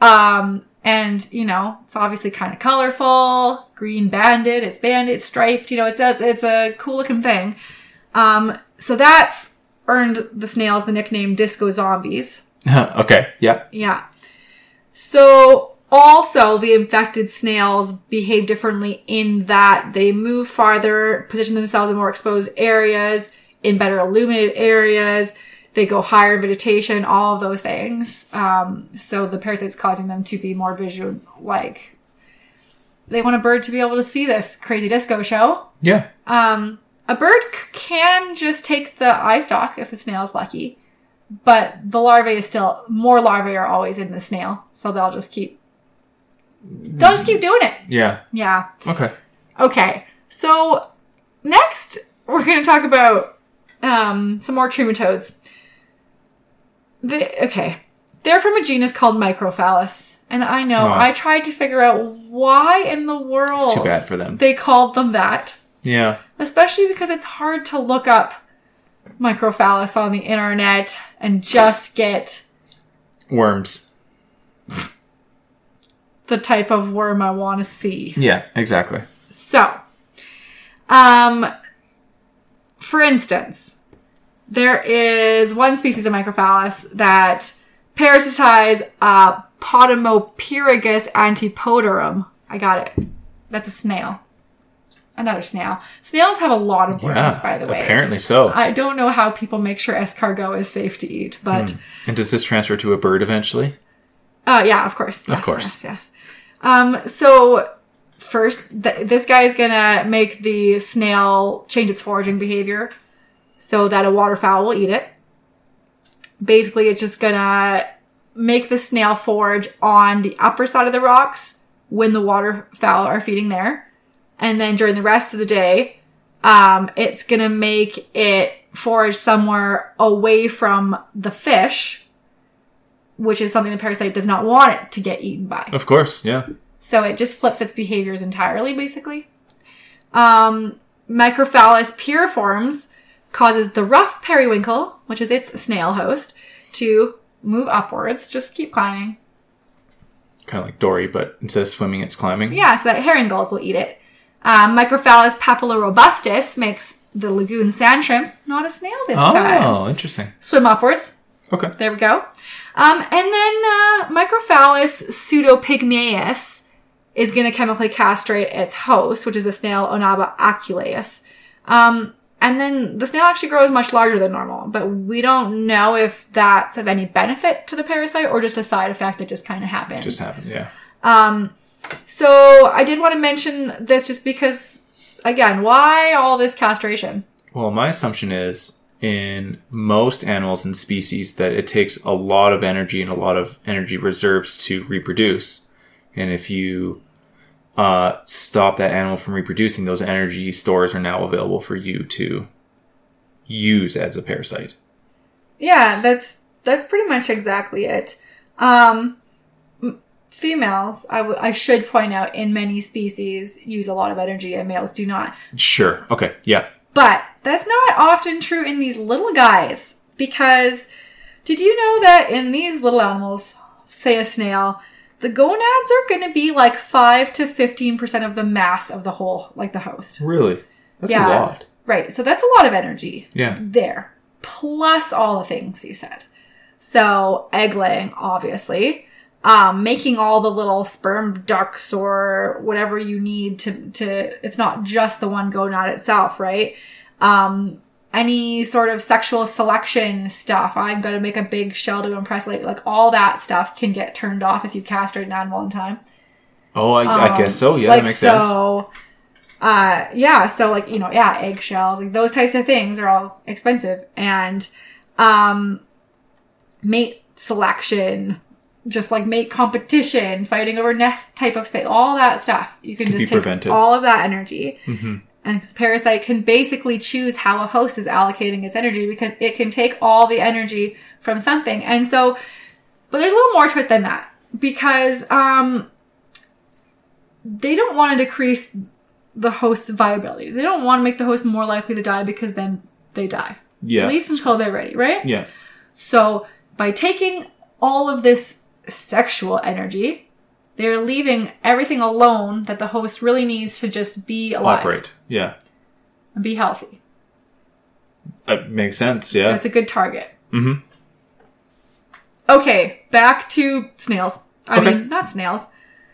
Um, and you know, it's obviously kind of colorful, green banded, it's banded, it's striped, you know, it's a, it's a cool looking thing. Um, so that's earned the snails the nickname disco zombies.
okay. Yeah.
Yeah. So also the infected snails behave differently in that they move farther, position themselves in more exposed areas, in better illuminated areas. They go higher in vegetation, all of those things. Um, so the parasite's causing them to be more visual, like they want a bird to be able to see this crazy disco show.
Yeah.
Um, a bird c- can just take the eye stalk if the snail's lucky, but the larvae is still more larvae are always in the snail, so they'll just keep they'll just keep doing it.
Yeah.
Yeah.
Okay.
Okay. So next we're going to talk about um, some more trematodes. The, okay, they're from a genus called Microphallus, and I know
Oh.
I tried to figure out why in the world
It's too bad for them.
they called them that
Yeah.
especially because it's hard to look up microphallus on the internet and just get
Worms.
the type of worm I want to see.
Yeah. Exactly.
So, um, for instance, there is one species of microphallus that parasitize uh, Potamopyrgus antipoderum. I got it. That's a snail. Another snail. Snails have a lot of worms,
Yeah.
by the way. Uh,
Apparently so.
I don't know how people make sure escargot is safe to eat, but
And does this transfer to a bird eventually?
uh, yeah, of course, yes,
course.
yes, yes. Um, so first, th- this guy is gonna make the snail change its foraging behavior so that a waterfowl will eat it. Basically, it's just gonna make the snail forage on the upper side of the rocks when the waterfowl are feeding there, and then during the rest of the day, um, it's gonna make it forage somewhere away from the fish, which is something the parasite does not want it to get eaten by.
Of course. Yeah.
So it just flips its behaviors entirely, basically. Um, Microphallus piriforms causes the rough periwinkle, which is its snail host, to move upwards, just keep climbing.
Kind of like Dory, but instead of swimming, it's climbing.
Yeah, so that herring gulls will eat it. Um, Microphallus papillorobustus makes the lagoon sand shrimp, not a snail this
Oh,
time,
interesting.
swim upwards.
Okay.
There we go. Um, and then uh, Microphallus pseudopygmaeus is going to chemically castrate its host, which is the snail Onaba aculeus. Um, and then the snail actually grows much larger than normal, but we don't know if that's of any benefit to the parasite or just a side effect that just kind of happens.
Just happened. Yeah.
Um, so I did want to mention this just because, again, why all this castration?
Well, my assumption is in most animals and species that it takes a lot of energy and a lot of energy reserves to reproduce. And if you uh, stop that animal from reproducing, those energy stores are now available for you to use as a parasite.
Yeah, that's that's pretty much exactly it. Um, m- females, I, w- I should point out, in many species use a lot of energy, and males do not.
Sure. Okay. Yeah.
But that's not often true in these little guys because did you know that in these little animals, say a snail, the gonads are going to be like five to fifteen percent of the mass of the whole, like the host.
Really? That's
Yeah.
a lot.
Right. So that's a lot of energy
Yeah.
there, plus all the things you said. So egg laying, obviously, um, making all the little sperm ducts or whatever you need to to. It's not just the one gonad itself, right? Um, any sort of sexual selection stuff. I'm going to make a big shell to impress, like, like all that stuff can get turned off if you castrate an animal in time.
Oh, I, I guess so. Yeah,
Um, like
that makes sense.
so uh yeah so like you know yeah eggshells like those types of things are all expensive and um mate selection just like mate competition fighting over nest type of thing all that stuff you can,
Can be
just take
prevented.
all of that energy
hmm
and 'cause parasite can basically choose how a host is allocating its energy because it can take all the energy from something. And so, but there's a little more to it than that because um, they don't want to decrease the host's viability. They don't want to make the host more likely to die because then they die.
Yeah.
At least until they're ready, right?
yeah.
So by taking all of this sexual energy, they're leaving everything alone that the host really needs to just be alive
Operate. Yeah.
and be healthy.
That makes sense.
So
Yeah.
it's a good target.
hmm
Okay, back to snails. I
Okay.
mean, not snails.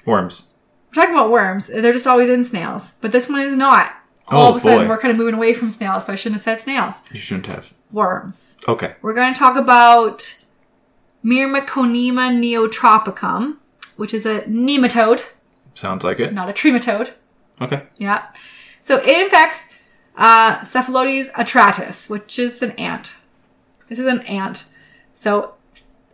Worms.
We're talking about worms. They're just always in snails, but this one is not. All
Oh,
of a sudden,
boy.
we're kind of moving away from snails, so I shouldn't have said snails.
You shouldn't have.
Worms.
Okay.
We're going to talk about Myrmeconema neotropicum, which is a nematode,
Sounds like it.
not a trematode.
Okay.
Yeah. So it infects uh, Cephalotes atratus, which is an ant. This is an ant. So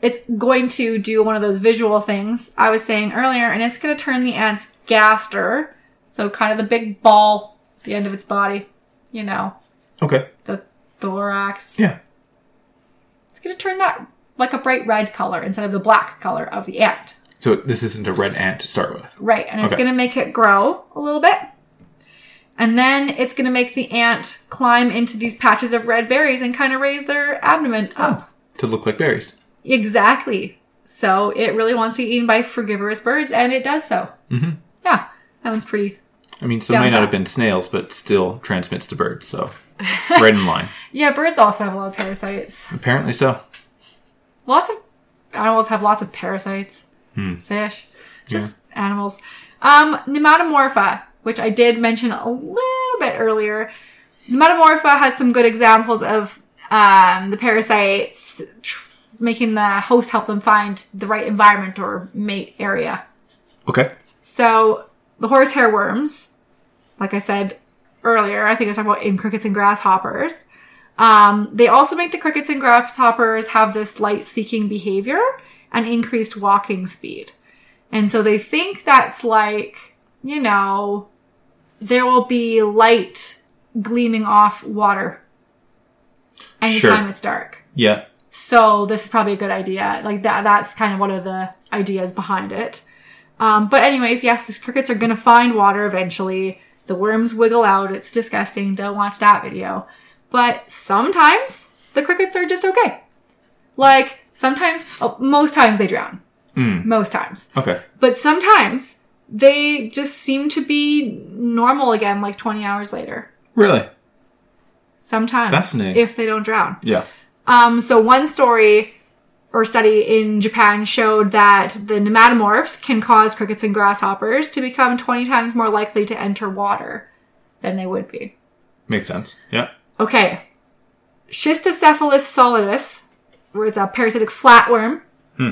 it's going to do one of those visual things I was saying earlier, and it's going to turn the ant's gaster, so kind of the big ball, at the end of its body, you know,
Okay.
the thorax.
Yeah.
It's going to turn that like a bright red color instead of the black color of the ant.
So this isn't a red ant to start with.
Right, and it's
Okay.
going to make it grow a little bit. And then it's going to make the ant climb into these patches of red berries and kind of raise their abdomen up.
To look like berries.
Exactly. So it really wants to be eaten by frugivorous birds, and it does so.
Mhm.
Yeah, that one's pretty.
I mean, so it
Down
may not
bad.
have been snails, but still transmits to birds. So right in line.
Yeah, birds also have a lot of parasites.
Apparently so.
Lots of animals have lots of parasites. Fish, just animals. Um, nematomorpha, which I did mention a little bit earlier, Metamorpha has some good examples of um, the parasites tr- making the host help them find the right environment or mate area.
Okay.
So the horsehair worms, like I said earlier, I think I was talking about in crickets and grasshoppers. Um, they also make the crickets and grasshoppers have this light-seeking behavior and increased walking speed, and so they think that's like you know there will be light gleaming off water anytime
Sure.
it's dark.
Yeah.
So this is probably a good idea. Like that, that's kind of one of the ideas behind it. Um, but anyways, yes, the crickets are gonna find water eventually. The worms wiggle out. It's disgusting. Don't watch that video. But sometimes the crickets are just okay. Like sometimes, oh, most times they drown.
Mm.
Most times,
Okay.
but sometimes they just seem to be normal again, like 20 hours later.
Really?
Sometimes,
Fascinating.
if they don't drown.
Yeah.
Um, so one story or study in Japan showed that the nematomorphs can cause crickets and grasshoppers to become 20 times more likely to enter water than they would be.
Makes sense. Yeah.
Okay. Schistocephalus solidus, where it's a parasitic flatworm.
Hmm.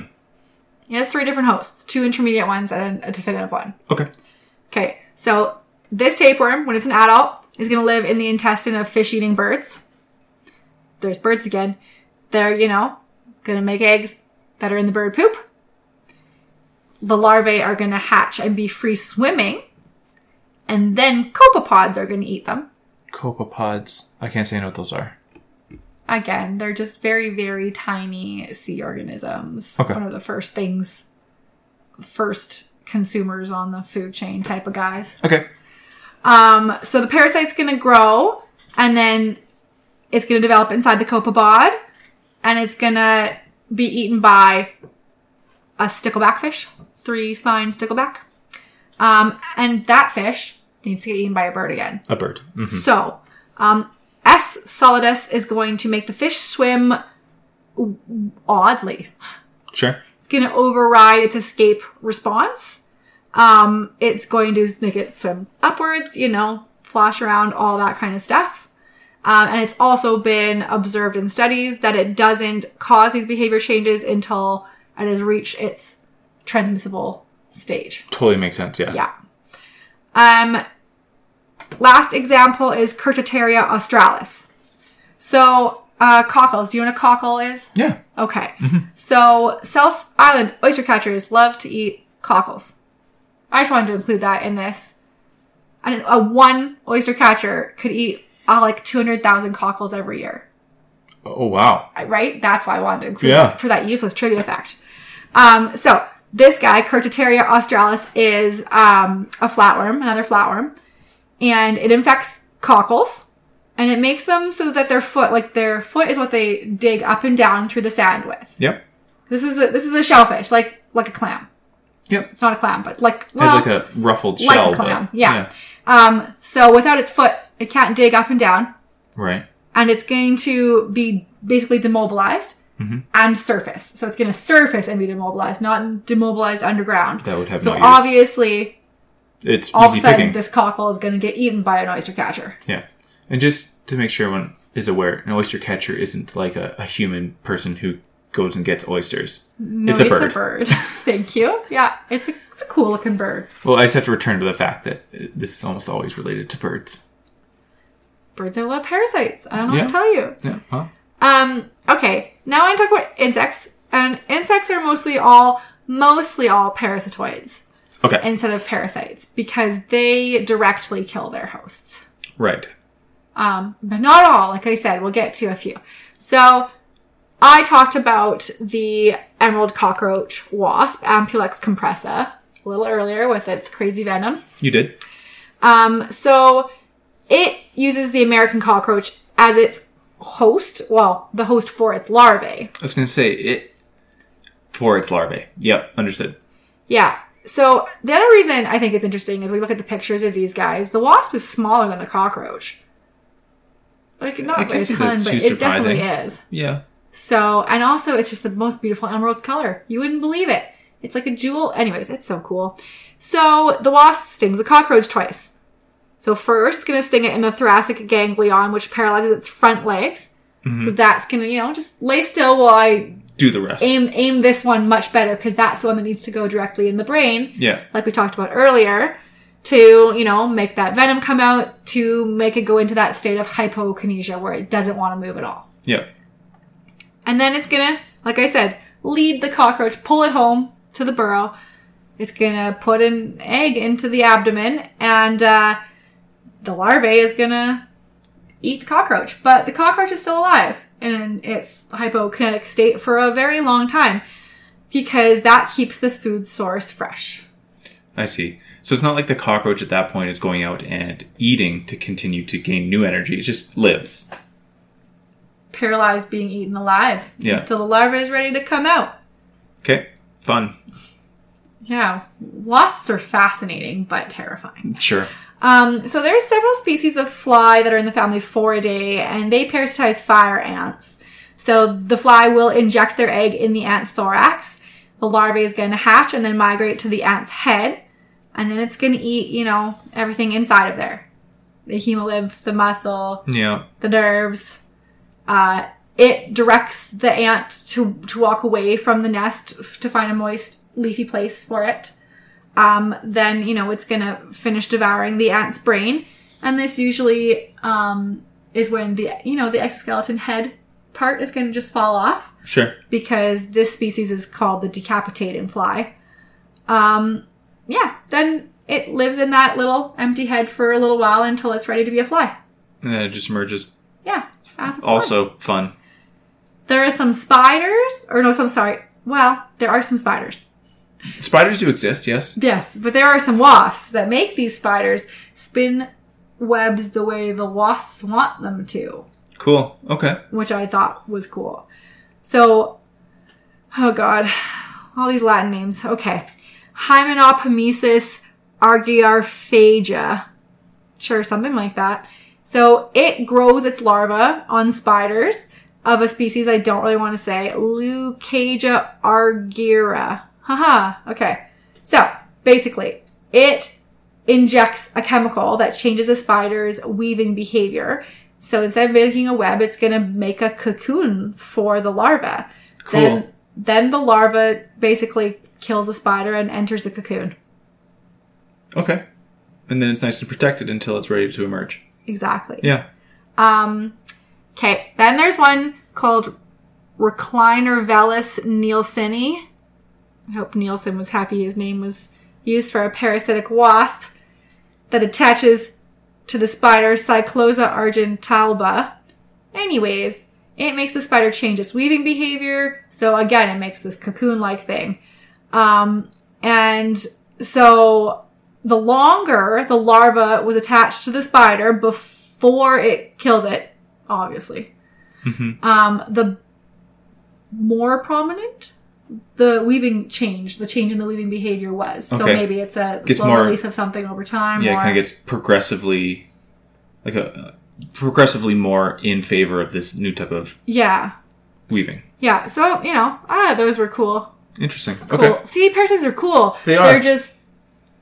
It has three different hosts, two intermediate ones and a definitive one.
Okay.
Okay, so this tapeworm, when it's an adult, is going to live in the intestine of fish eating birds. There's birds again. They're, you know, going to make eggs that are in the bird poop. The larvae are going to hatch and be free swimming. And then copepods are going to eat them.
Copepods. I can't say I know what those are.
Again, they're just very, very tiny sea organisms.
Okay.
One of the first things, first consumers on the food chain type of guys.
Okay.
Um, so the parasite's gonna grow and then it's gonna develop inside the copepod and it's gonna be eaten by a stickleback fish, three spine stickleback. Um, and that fish needs to get eaten by a bird again.
A bird. Mhm.
So, um, S. solidus is going to make the fish swim w- oddly.
Sure.
It's going to override its escape response. Um, it's going to make it swim upwards, you know, flash around, all that kind of stuff. Um, and it's also been observed in studies that it doesn't cause these behavior changes until it has reached its transmissible stage.
Totally makes sense. Yeah.
Yeah. Um, last example is Curtitaria australis. So, uh, cockles. Do you know what a cockle is?
Yeah.
Okay. So, South Island oyster catchers love to eat cockles. I just wanted to include that in this. And a one oyster catcher could eat uh, like 200,000 cockles every year
Oh wow.
right? That's why I wanted to include
Yeah.
it for that useless trivia fact. Um, so this guy, Curtitaria australis, is um, a flatworm, another flatworm, and it infects cockles, and it makes them so that their foot, like their foot, is what they dig up and down through the sand with.
Yep.
This is a, this is a shellfish, like like a clam.
Yep.
It's not a clam, but like well,
Has like a ruffled
like
shell.
a
but-
clam, yeah. um, so without its foot, it can't dig up and down,
Right.
and it's going to be basically demobilized
Mm-hmm.
and surface. So it's going to surface and be demobilized, not demobilized underground.
That would have
so
no use.
obviously,
It's
all of a
easy
sudden,
picking.
this cockle is going to get eaten by an oyster catcher.
Yeah. And just to make sure everyone is aware, an oyster catcher isn't like a, a human person who goes and gets oysters.
No,
it's a bird.
Thank you. Yeah, it's a it's a cool looking bird.
Well, I just have to return to the fact that uh, this is almost always related to birds.
Birds have a lot of parasites. I don't know
Yeah.
what to tell you.
Yeah. Huh?
Um, okay, now I want to talk about insects, and insects are mostly all mostly all parasitoids
Okay.
instead of parasites because they directly kill their hosts.
right.
um, but not all. Like I said, we'll get to a few. So I talked about the emerald cockroach wasp, Ampulex compressa, a little earlier with its crazy venom.
You did.
Um, so it uses the American cockroach as its host, well, the host for its larvae.
I was going to say it for its larvae. Yep. Understood.
Yeah. So the other reason I think it's interesting is we look at the pictures of these guys. The wasp is smaller than the cockroach. Like
I
not by a
guess if
ton,
it's
but
too
it definitely
surprising.
is.
Yeah.
So, and also it's just the most beautiful emerald color. You wouldn't believe it. It's like a jewel. Anyways, it's so cool. So the wasp stings the cockroach twice. So first, it's gonna sting it in the thoracic ganglion, which paralyzes its front legs.
Mm-hmm.
So that's gonna, you know, just lay still while I
Do the rest.
aim aim this one much better because that's the one that needs to go directly in the brain
yeah.
like we talked about earlier, to, you know, make that venom come out, to make it go into that state of hypokinesia where it doesn't want to move at all.
Yeah.
And then it's gonna, like I said, lead the cockroach, pull it home to the burrow. It's gonna put an egg into the abdomen, and uh, the larvae is gonna eat the cockroach. But the cockroach is still alive in its hypokinetic state for a very long time because that keeps the food source fresh.
I see. So it's not like the cockroach at that point is going out and eating to continue to gain new energy. It just lives.
paralyzed being eaten alive
Yeah.
until the larva is ready to come out.
Okay. Fun.
Yeah, wasps are fascinating but terrifying.
Sure.
Um, so there's several species of fly that are in the family Foridae, and they parasitize fire ants. So the fly will inject their egg in the ant's thorax. The larvae is going to hatch and then migrate to the ant's head, and then it's going to eat, you know, everything inside of there. The hemolymph, the muscle,
Yeah.
the nerves. Uh, it directs the ant to, to walk away from the nest f- to find a moist, leafy place for it. Um, then, you know, it's going to finish devouring the ant's brain. And this usually um, is when the, you know, the exoskeleton head part is going to just fall off
Sure.
because this species is called the decapitating fly. Um, yeah, then it lives in that little empty head for a little while until it's ready to be a fly.
And then it just emerges.
Yeah, that's a fly.
Also fun.
There are some spiders, or no, some sorry. Well, there are some spiders.
Spiders do exist, yes.
Yes, but there are some wasps that make these spiders spin webs the way the wasps want them to,
Cool. Okay.
which I thought was cool. So, oh god, all these Latin names. Okay, Hymenopomesis argyarphagia, sure, something like that. So it grows its larva on spiders of a species I don't really want to say, Leucagia argyra. Haha. Okay. So basically, it injects a chemical that changes a spider's weaving behavior. So instead of making a web, it's going to make a cocoon for the larva.
Cool.
Then, then the larva basically kills the spider and enters the cocoon.
Okay. And then it's nicely protected until it's ready to emerge.
Exactly.
Yeah.
Um, okay. Then there's one called Recliner Vellus Nielseni. I hope Nielsen was happy his name was used for a parasitic wasp that attaches to the spider Cyclosa argentalba. Anyways, it makes the spider change its weaving behavior. So again, it makes this cocoon-like thing. Um, and so the longer the larva was attached to the spider before it kills it, obviously,
Mhm.
um, the more prominent the weaving change, the change in the weaving behavior was. So
Okay.
maybe it's a
Gets
slow
more-
release of something over time.
Yeah, it
or,
kind of gets progressively, like a progressively more in favor of this new type of
yeah,
weaving.
yeah. So you know, ah, those were cool.
Interesting.
Cool.
Okay.
See, parasites are cool.
They are.
They're just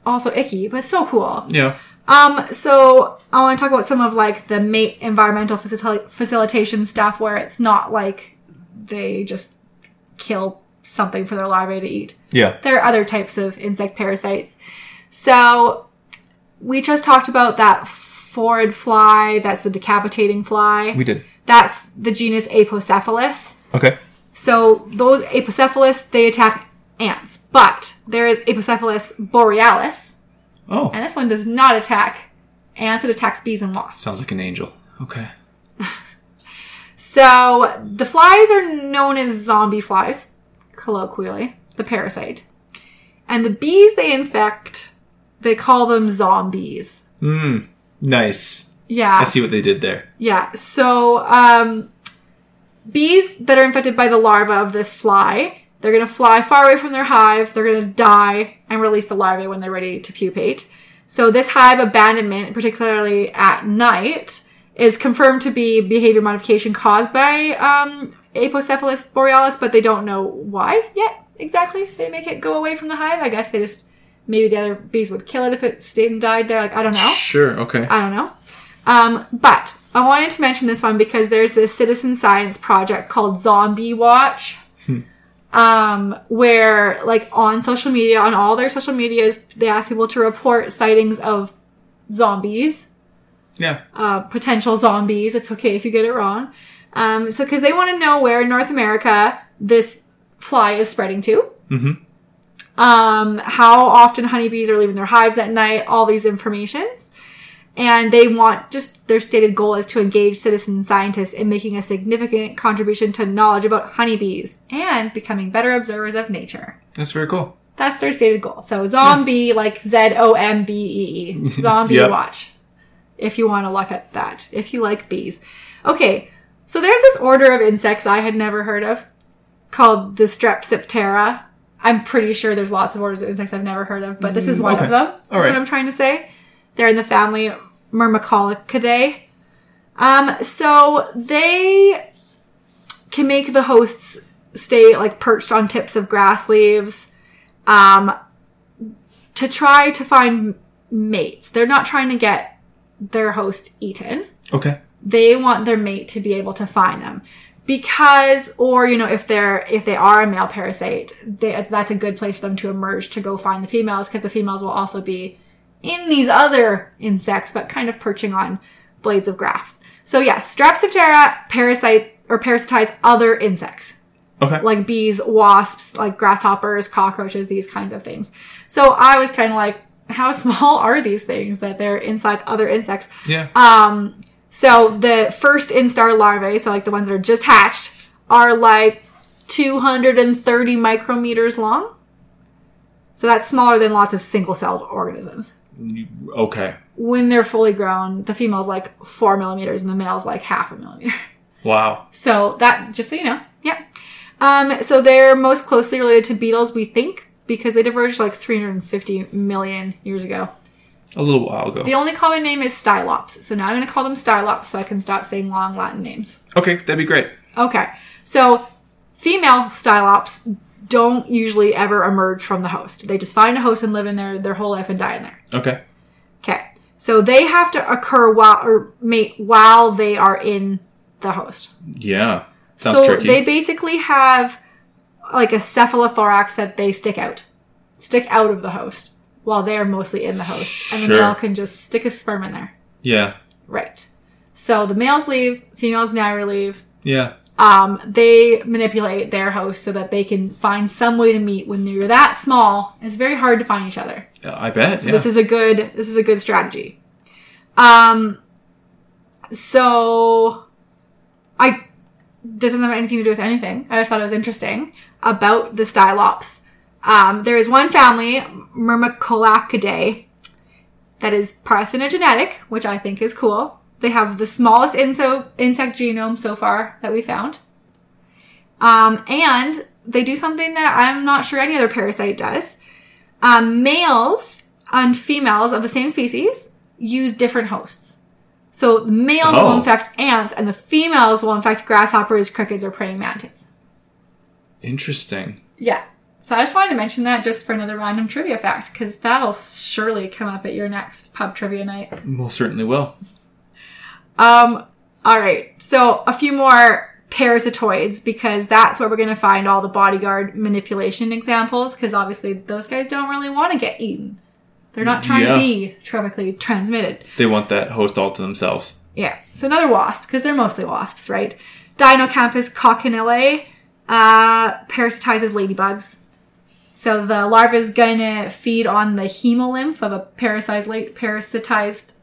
also icky, but so cool.
Yeah.
Um, so I want to talk about some of like the mate environmental facil- facilitation stuff where it's not like they just kill something for their larvae to eat.
Yeah.
There are other types of insect parasites. So we just talked about that forward fly. That's the decapitating fly.
We did.
that's the genus Apocephalus.
Okay.
So those Apocephalus, they attack ants, but there is Apocephalus borealis,
Oh,
and this one does not attack ants. It attacks bees and wasps.
sounds like an angel. Okay.
so the flies are known as zombie flies, colloquially, the parasite, and the bees they infect, they call them zombies.
Hmm. Nice.
Yeah,
I see what they did there.
Yeah. So um, bees that are infected by the larva of this fly, they're going to fly far away from their hive. They're going to die and release the larvae when they're ready to pupate. So this hive abandonment, particularly at night, is confirmed to be behavior modification caused by um, Apocephalus borealis, but they don't know why yet exactly. They make it go away from the hive. I guess they just maybe the other bees would kill it if it stayed and died there. Like I don't know.
Sure. Okay.
I don't know. Um, but I wanted to mention this one because there's this citizen science project called Zombie Watch, um, where like on social media, on all their social medias, they ask people to report sightings of zombies
Yeah.
uh, potential zombies. It's okay if you get it wrong. Um, so, because they want to know where in North America this fly is spreading to,
Mhm.
um, how often honeybees are leaving their hives at night, all these informations. And they want just their stated goal is to engage citizen scientists in making a significant contribution to knowledge about honeybees and becoming better observers of nature.
That's very cool.
That's their stated goal. So zombie, like Z O M B E E, zombie
Yep.
watch. If you want to look at that, if you like bees. Okay, so there's this order of insects I had never heard of called the Strepsiptera. I'm pretty sure there's lots of orders of insects I've never heard of, but this is one
Mm-hmm. okay.
of them. That's
All right.
what I'm trying to say. They're in the family Myrmecolidae. Um, so they can make the hosts stay like perched on tips of grass leaves um, to try to find mates. They're not trying to get their host eaten.
Okay.
They want their mate to be able to find them because or you know if they're if they are a male parasite they, that's a good place for them to emerge to go find the females because the females will also be in these other insects but kind of perching on blades of grass so yes strepsiptera parasite or parasitize other insects
Okay.
like bees, wasps, like grasshoppers, cockroaches, these kinds of things. So I was kind of like, how small are these things that they're inside other insects?
Yeah.
Um, so the first instar larvae, so like the ones that are just hatched, are like 230 micrometers long. So that's smaller than lots of single celled organisms.
Okay.
When they're fully grown, the female's like four millimeters and the male's like half a millimeter.
Wow.
So that, just so you know, yeah. Um, so they're most closely related to beetles, we think, because they diverged like 350 million years ago.
A little while ago.
The only common name is Stylops. So now I'm going to call them Stylops so I can stop saying long Latin names.
Okay, that'd be great.
Okay. So female Stylops don't usually ever emerge from the host. They just find a host and live in there their whole life and die in there.
Okay.
Okay. So they have to occur while or mate while they are in the host.
Yeah. Sounds
so
tricky.
they basically have like a cephalothorax that they stick out, stick out of the host while they're mostly in the host, and the
Sure.
male can just stick his sperm in there.
Yeah.
Right. So the males leave, females now leave.
Yeah.
Um, they manipulate their host so that they can find some way to meet when they're that small. It's very hard to find each other.
I bet. Yeah.
This is a good this is a good strategy. Um so I doesn't have anything to do with anything. I just thought it was interesting about the stylops. Um there is one family, Myrmecolacidae, that is parthenogenetic, which I think is cool. They have the smallest inso- insect genome so far that we found. Um, and they do something that I'm not sure any other parasite does um, males and females of the same species use different hosts. So the males will
Oh.
infect ants, and the females will infect grasshoppers, crickets, or praying mantids.
Interesting.
Yeah. So I just wanted to mention that just for another random trivia fact, because that'll surely come up at your next pub trivia night.
Well, certainly will.
Um, all right. So a few more parasitoids, because that's where we're going to find all the bodyguard manipulation examples, because obviously those guys don't really want to get eaten. They're not trying
Yeah.
to be tropically transmitted.
They want that host all to themselves.
Yeah. So another wasp, because they're mostly wasps, right? Dinocampus coccinellae uh, parasitizes ladybugs. So the larva's gonna feed on the hemolymph of a parasitized, la- parasitized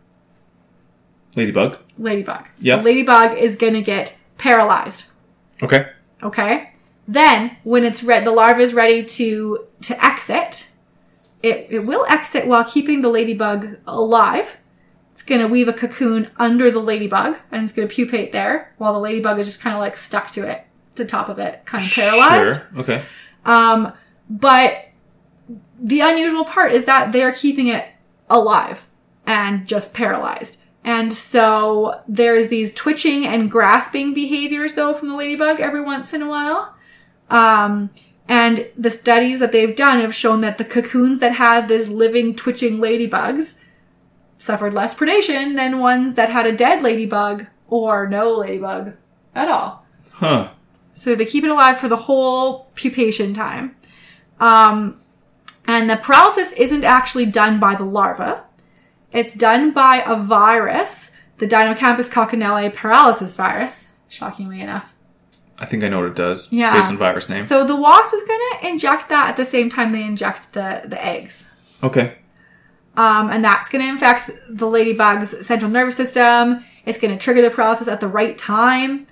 Ladybug.
ladybug.
Yeah.
The ladybug is gonna get paralyzed.
Okay.
Okay. Then when it's re- the larva is ready to to exit, it, it will exit while keeping the ladybug alive. It's gonna weave a cocoon under the ladybug and it's gonna pupate there while the ladybug is just kind of like stuck to it, to the top of it, kind of paralyzed.
Sure. Okay.
Um, but the unusual part is that they're keeping it alive and just paralyzed. And so there's these twitching and grasping behaviors though from the ladybug every once in a while. Um, and the studies that they've done have shown that the cocoons that had this living twitching ladybugs suffered less predation than ones that had a dead ladybug or no ladybug at all.
Huh.
So they keep it alive for the whole pupation time. Um, and the paralysis isn't actually done by the larva. It's done by a virus, the Dinocampus coccinellae paralysis virus, shockingly enough.
I think I know what it does.
Yeah.
Based on virus name.
So the wasp is going to inject that at the same time they inject the, the eggs.
okay.
Um, and that's going to infect the ladybug's central nervous system. It's going to trigger the paralysis at the right time.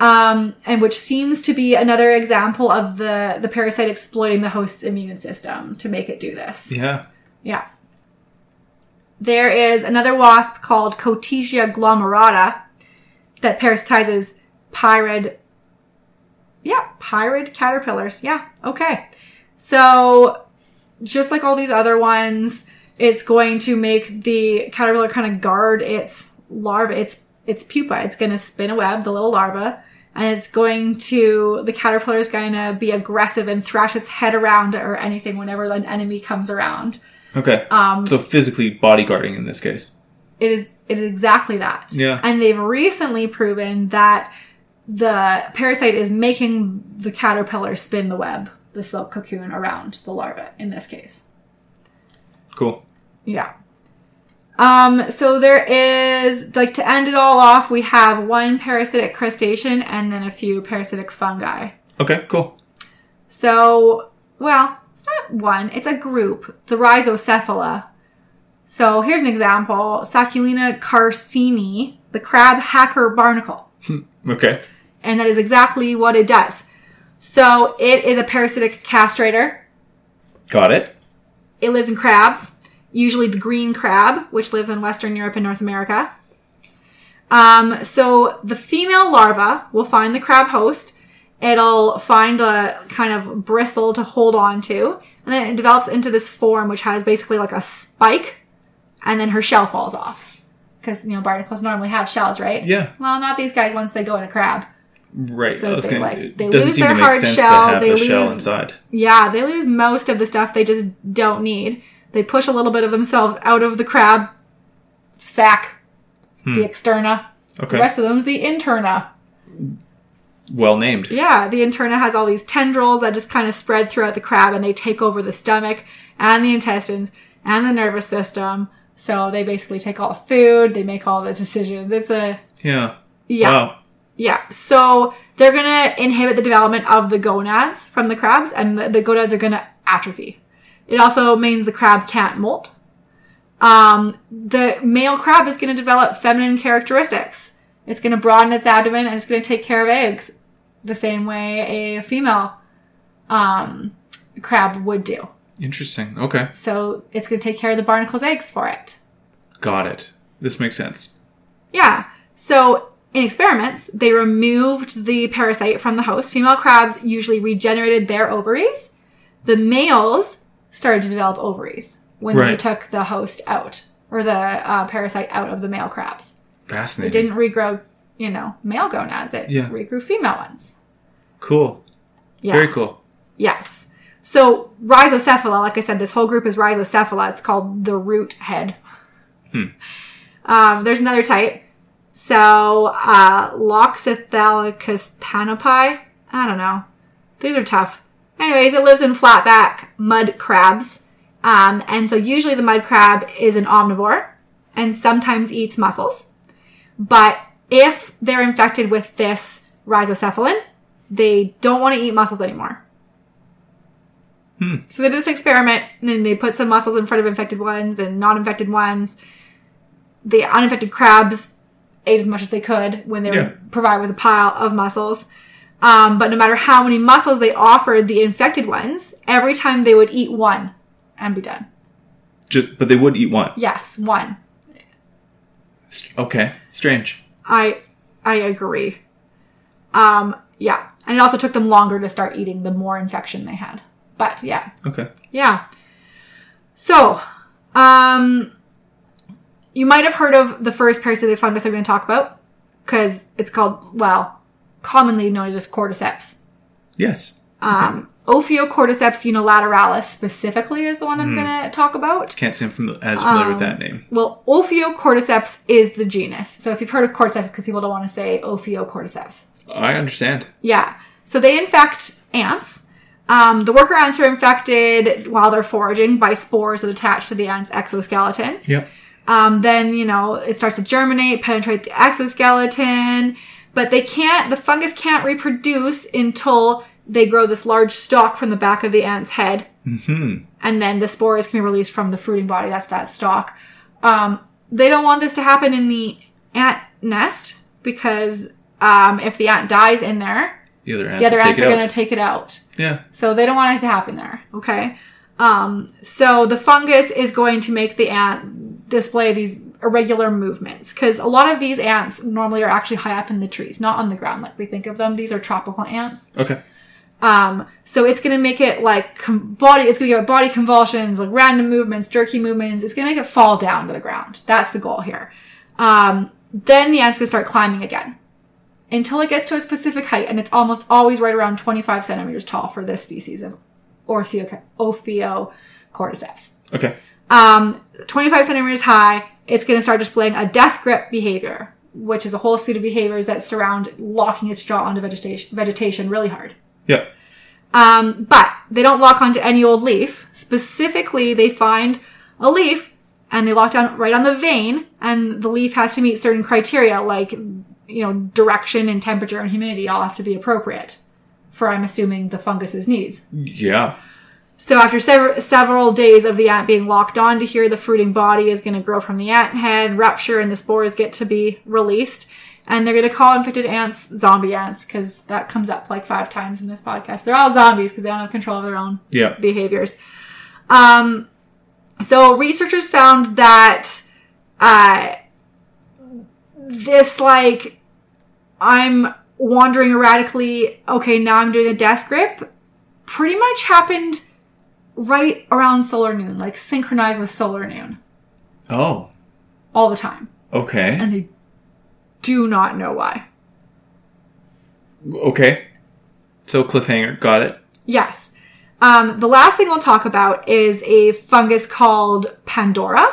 Um, and which seems to be another example of the, the parasite exploiting the host's immune system to make it do this.
Yeah.
Yeah. There is another wasp called Cotesia glomerata that parasitizes pyrid. Yeah, pyrid caterpillars. Yeah, okay. So, just like all these other ones, it's going to make the caterpillar kind of guard its larva, its its pupa. It's going to spin a web, the little larva, and it's going to the caterpillar is going to be aggressive and thrash its head around or anything whenever an enemy comes around.
Okay.
Um,
so physically bodyguarding in this case.
it is it is exactly that.
Yeah.
And they've recently proven that the parasite is making the caterpillar spin the web, this little cocoon around the larva in this case.
Cool.
Yeah. Um, so there is like to end it all off, we have one parasitic crustacean and then a few parasitic fungi.
Okay. Cool.
So, well, it's not one, it's a group, the rhizocephala. So here's an example Sacculina carcini, the crab hacker barnacle.
Okay.
And that is exactly what it does. So it is a parasitic castrator.
Got it.
It lives in crabs, usually the green crab, which lives in Western Europe and North America. Um, so the female larva will find the crab host. It'll find a kind of bristle to hold on to, and then it develops into this form, which has basically like a spike, and then her shell falls off. Because you know barnacles normally have shells, right?
Yeah.
Well, not these guys. Once they go in a crab,
Right.
So
I was
they,
gonna,
like,
it
they
doesn't
lose
seem
their
to make
hard
sense
shell,
to have
they
the shell
lose-
inside.
Yeah, they lose most of the stuff they just don't need. They push a little bit of themselves out of the crab sac, the externa.
Hmm. Okay.
The rest of them's the interna.
Well named.
Yeah, the interna has all these tendrils that just kind of spread throughout the crab and they take over the stomach and the intestines and the nervous system. So they basically take all the food, they make all the decisions. It's a
Yeah.
yeah.
Wow.
Yeah. So they're going to inhibit the development of the gonads from the crabs, and the, the gonads are going to atrophy. It also means the crab can't molt. Um, the male crab is going to develop feminine characteristics. It's going to broaden its abdomen and it's going to take care of eggs the same way a female um, crab would do.
Interesting. Okay.
So it's going to take care of the barnacle's eggs for it.
Got it. This makes sense.
Yeah. So in experiments, they removed the parasite from the host. Female crabs usually regenerated their ovaries. The males started to develop ovaries when they
Right.
took the host out or the uh, parasite out of the male crabs. It
Fascinating.
didn't regrow, you know, male gonads. It
Mm-hmm. Yeah.
regrew female ones.
Cool.
Yeah.
Very cool.
Yes. So rhizocephala, like I said, this whole group is rhizocephala. It's called the root head. Um, there's another type. So uh, Loxithalicus panopi. I don't know. These are tough. Anyways, it lives in flatback mud crabs. Um, and so usually the mud crab is an omnivore and sometimes eats mussels. But if they're infected with this rhizocephalin, they don't want to eat mussels anymore. So they did this experiment and they put some mussels in front of infected ones and non infected ones. The uninfected crabs ate as much as they could when they
Yeah.
were provided with a pile of mussels. Um, but no matter how many mussels they offered the infected ones, every time they would eat one and be done.
Just, but they would eat one.
Yes, one.
St- Okay. Strange.
I I agree. Um, yeah. And it also took them longer to start eating the more infection they had. But yeah.
Okay.
Yeah. So, um you might have heard of the first parasitic fungus I'm going to talk about cuz it's called well, commonly known as just cordyceps.
Yes.
Um Ophiocordyceps unilateralis specifically is the one I'm going to talk about.
Can't seem fam- as familiar with
Um,
that name.
Well, Ophiocordyceps is the genus. So if you've heard of cordyceps, because people don't want to say Ophiocordyceps.
I understand.
Yeah. So they infect ants. Um, the worker ants are infected while they're foraging by spores that attach to the ant's exoskeleton.
Yep.
Um, then, you know, it starts to germinate, penetrate the exoskeleton, but they can't, the fungus can't reproduce until they grow this large stalk from the back of the ant's head. Mm-hmm. And then the spores can be released from the fruiting body. That's that stalk. Um, they don't want this to happen in the ant nest because um, if the ant dies in there,
The other ants.
the other
will take
ants
it
are
out.
going to take it out.
Yeah.
So they don't want it to happen there. Okay. Um, so the fungus is going to make the ant display these irregular movements because a lot of these ants normally are actually high up in the trees, not on the ground like we think of them. These are tropical ants.
Okay.
Um, so it's going to make it like com- body, it's going to give it body convulsions, like random movements, jerky movements. It's going to make it fall down to the ground. That's the goal here. Um, then the ant's going to start climbing again until it gets to a specific height, and it's almost always right around 25 centimeters tall for this species of Ortheo- Ophiocordyceps.
Okay.
Um, 25 centimeters high, it's going to start displaying a death grip behavior, which is a whole suite of behaviors that surround locking its jaw onto vegetation, vegetation really hard.
Yep.
Um, but they don't lock onto any old leaf. Specifically, they find a leaf and they lock down right on the vein, and the leaf has to meet certain criteria like, you know, direction and temperature and humidity all have to be appropriate for, I'm assuming, the fungus's needs.
Yeah.
So after sever- several days of the ant being locked on to here, the fruiting body is going to grow from the ant head, rupture, and the spores get to be released. And they're going to call infected ants zombie ants because that comes up like five times in this podcast. They're all zombies because they don't have control of their own
Yeah.
behaviors. Um, so researchers found that uh, this like I'm wandering erratically. Okay, now I'm doing a death grip. Pretty much happened right around solar noon, like synchronized with solar noon
Oh.
all the time,
Okay.
and they do not know why.
Okay. So cliffhanger. Got it.
Yes. Um, the last thing we'll talk about is a fungus called Pandora.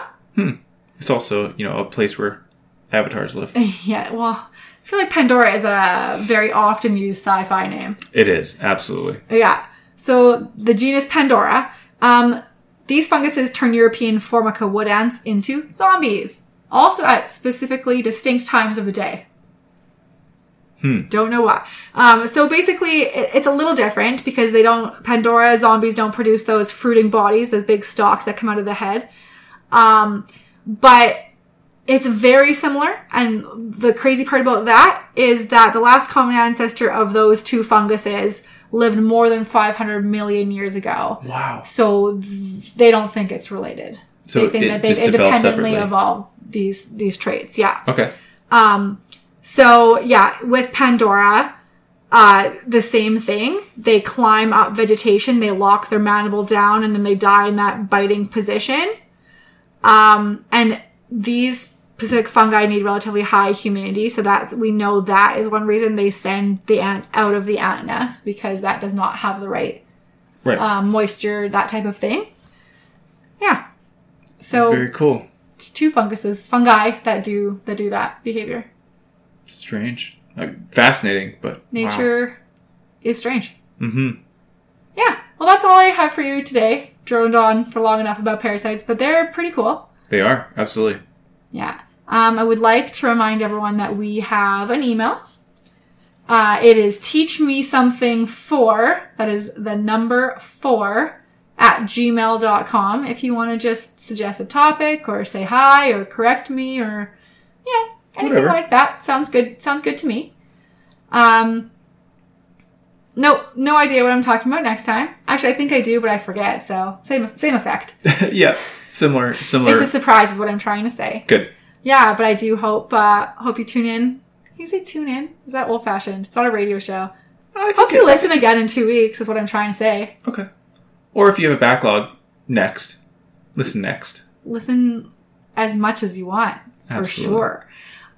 It's also, you know, a place where avatars live.
Yeah, well, I feel like Pandora is a very often used sci fi name.
It is, absolutely.
Yeah. So the genus Pandora. Um, these funguses turn European Formica wood ants into zombies, also at specifically distinct times of the day.
Hmm.
Don't know why. Um, so basically, it, it's a little different because they don't. Pandora zombies don't produce those fruiting bodies, those big stalks that come out of the head. Um, but it's very similar. And the crazy part about that is that the last common ancestor of those two funguses lived more than 500 million years ago.
Wow.
So th- they don't think it's related.
So
they think
it
that they've
just developed
independently
separately.
evolved these these traits. Yeah.
Okay.
Um, so yeah, with Pandora, uh, the same thing. They climb up vegetation, they lock their mandible down, and then they die in that biting position. Um, and these Pacific fungi need relatively high humidity, so that's we know that is one reason they send the ants out of the ant nest because that does not have the right
Right.
um, moisture, that type of thing. Yeah. So
Very cool.
two funguses, fungi that do that do that behavior.
Strange. Uh, Fascinating, but
nature is strange.
hmm
Yeah. Well, that's all I have for you today. Droned on for long enough about parasites, but they're pretty cool.
They are absolutely.
Yeah. Um, I would like to remind everyone that we have an email. Uh, it is teach me something four. That is the number four at gmail.com. If you want to just suggest a topic or say hi or correct me or, you know, anything
Whatever.
like that sounds good. Sounds good to me. Um, no, no idea what I'm talking about next time. Actually, I think I do, but I forget. So same, same effect.
yeah. Similar. Similar.
It's a surprise, is what I'm trying to say.
Good.
Yeah, but I do hope uh, hope you tune in. Can you say tune in? Is that old fashioned? It's not a radio show.
I
Hope you listen again in two weeks. Is what I'm trying to say.
Okay. Or if you have a backlog, next. Listen next.
Listen as much as you want for
Absolutely.
sure.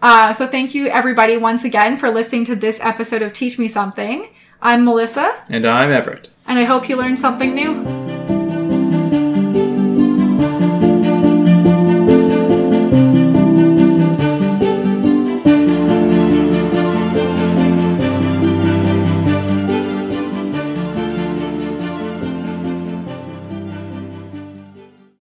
Uh, so thank you everybody once again for listening to this episode of Teach Me Something. I'm Melissa,
And I'm Everett.
and I hope you learned something new.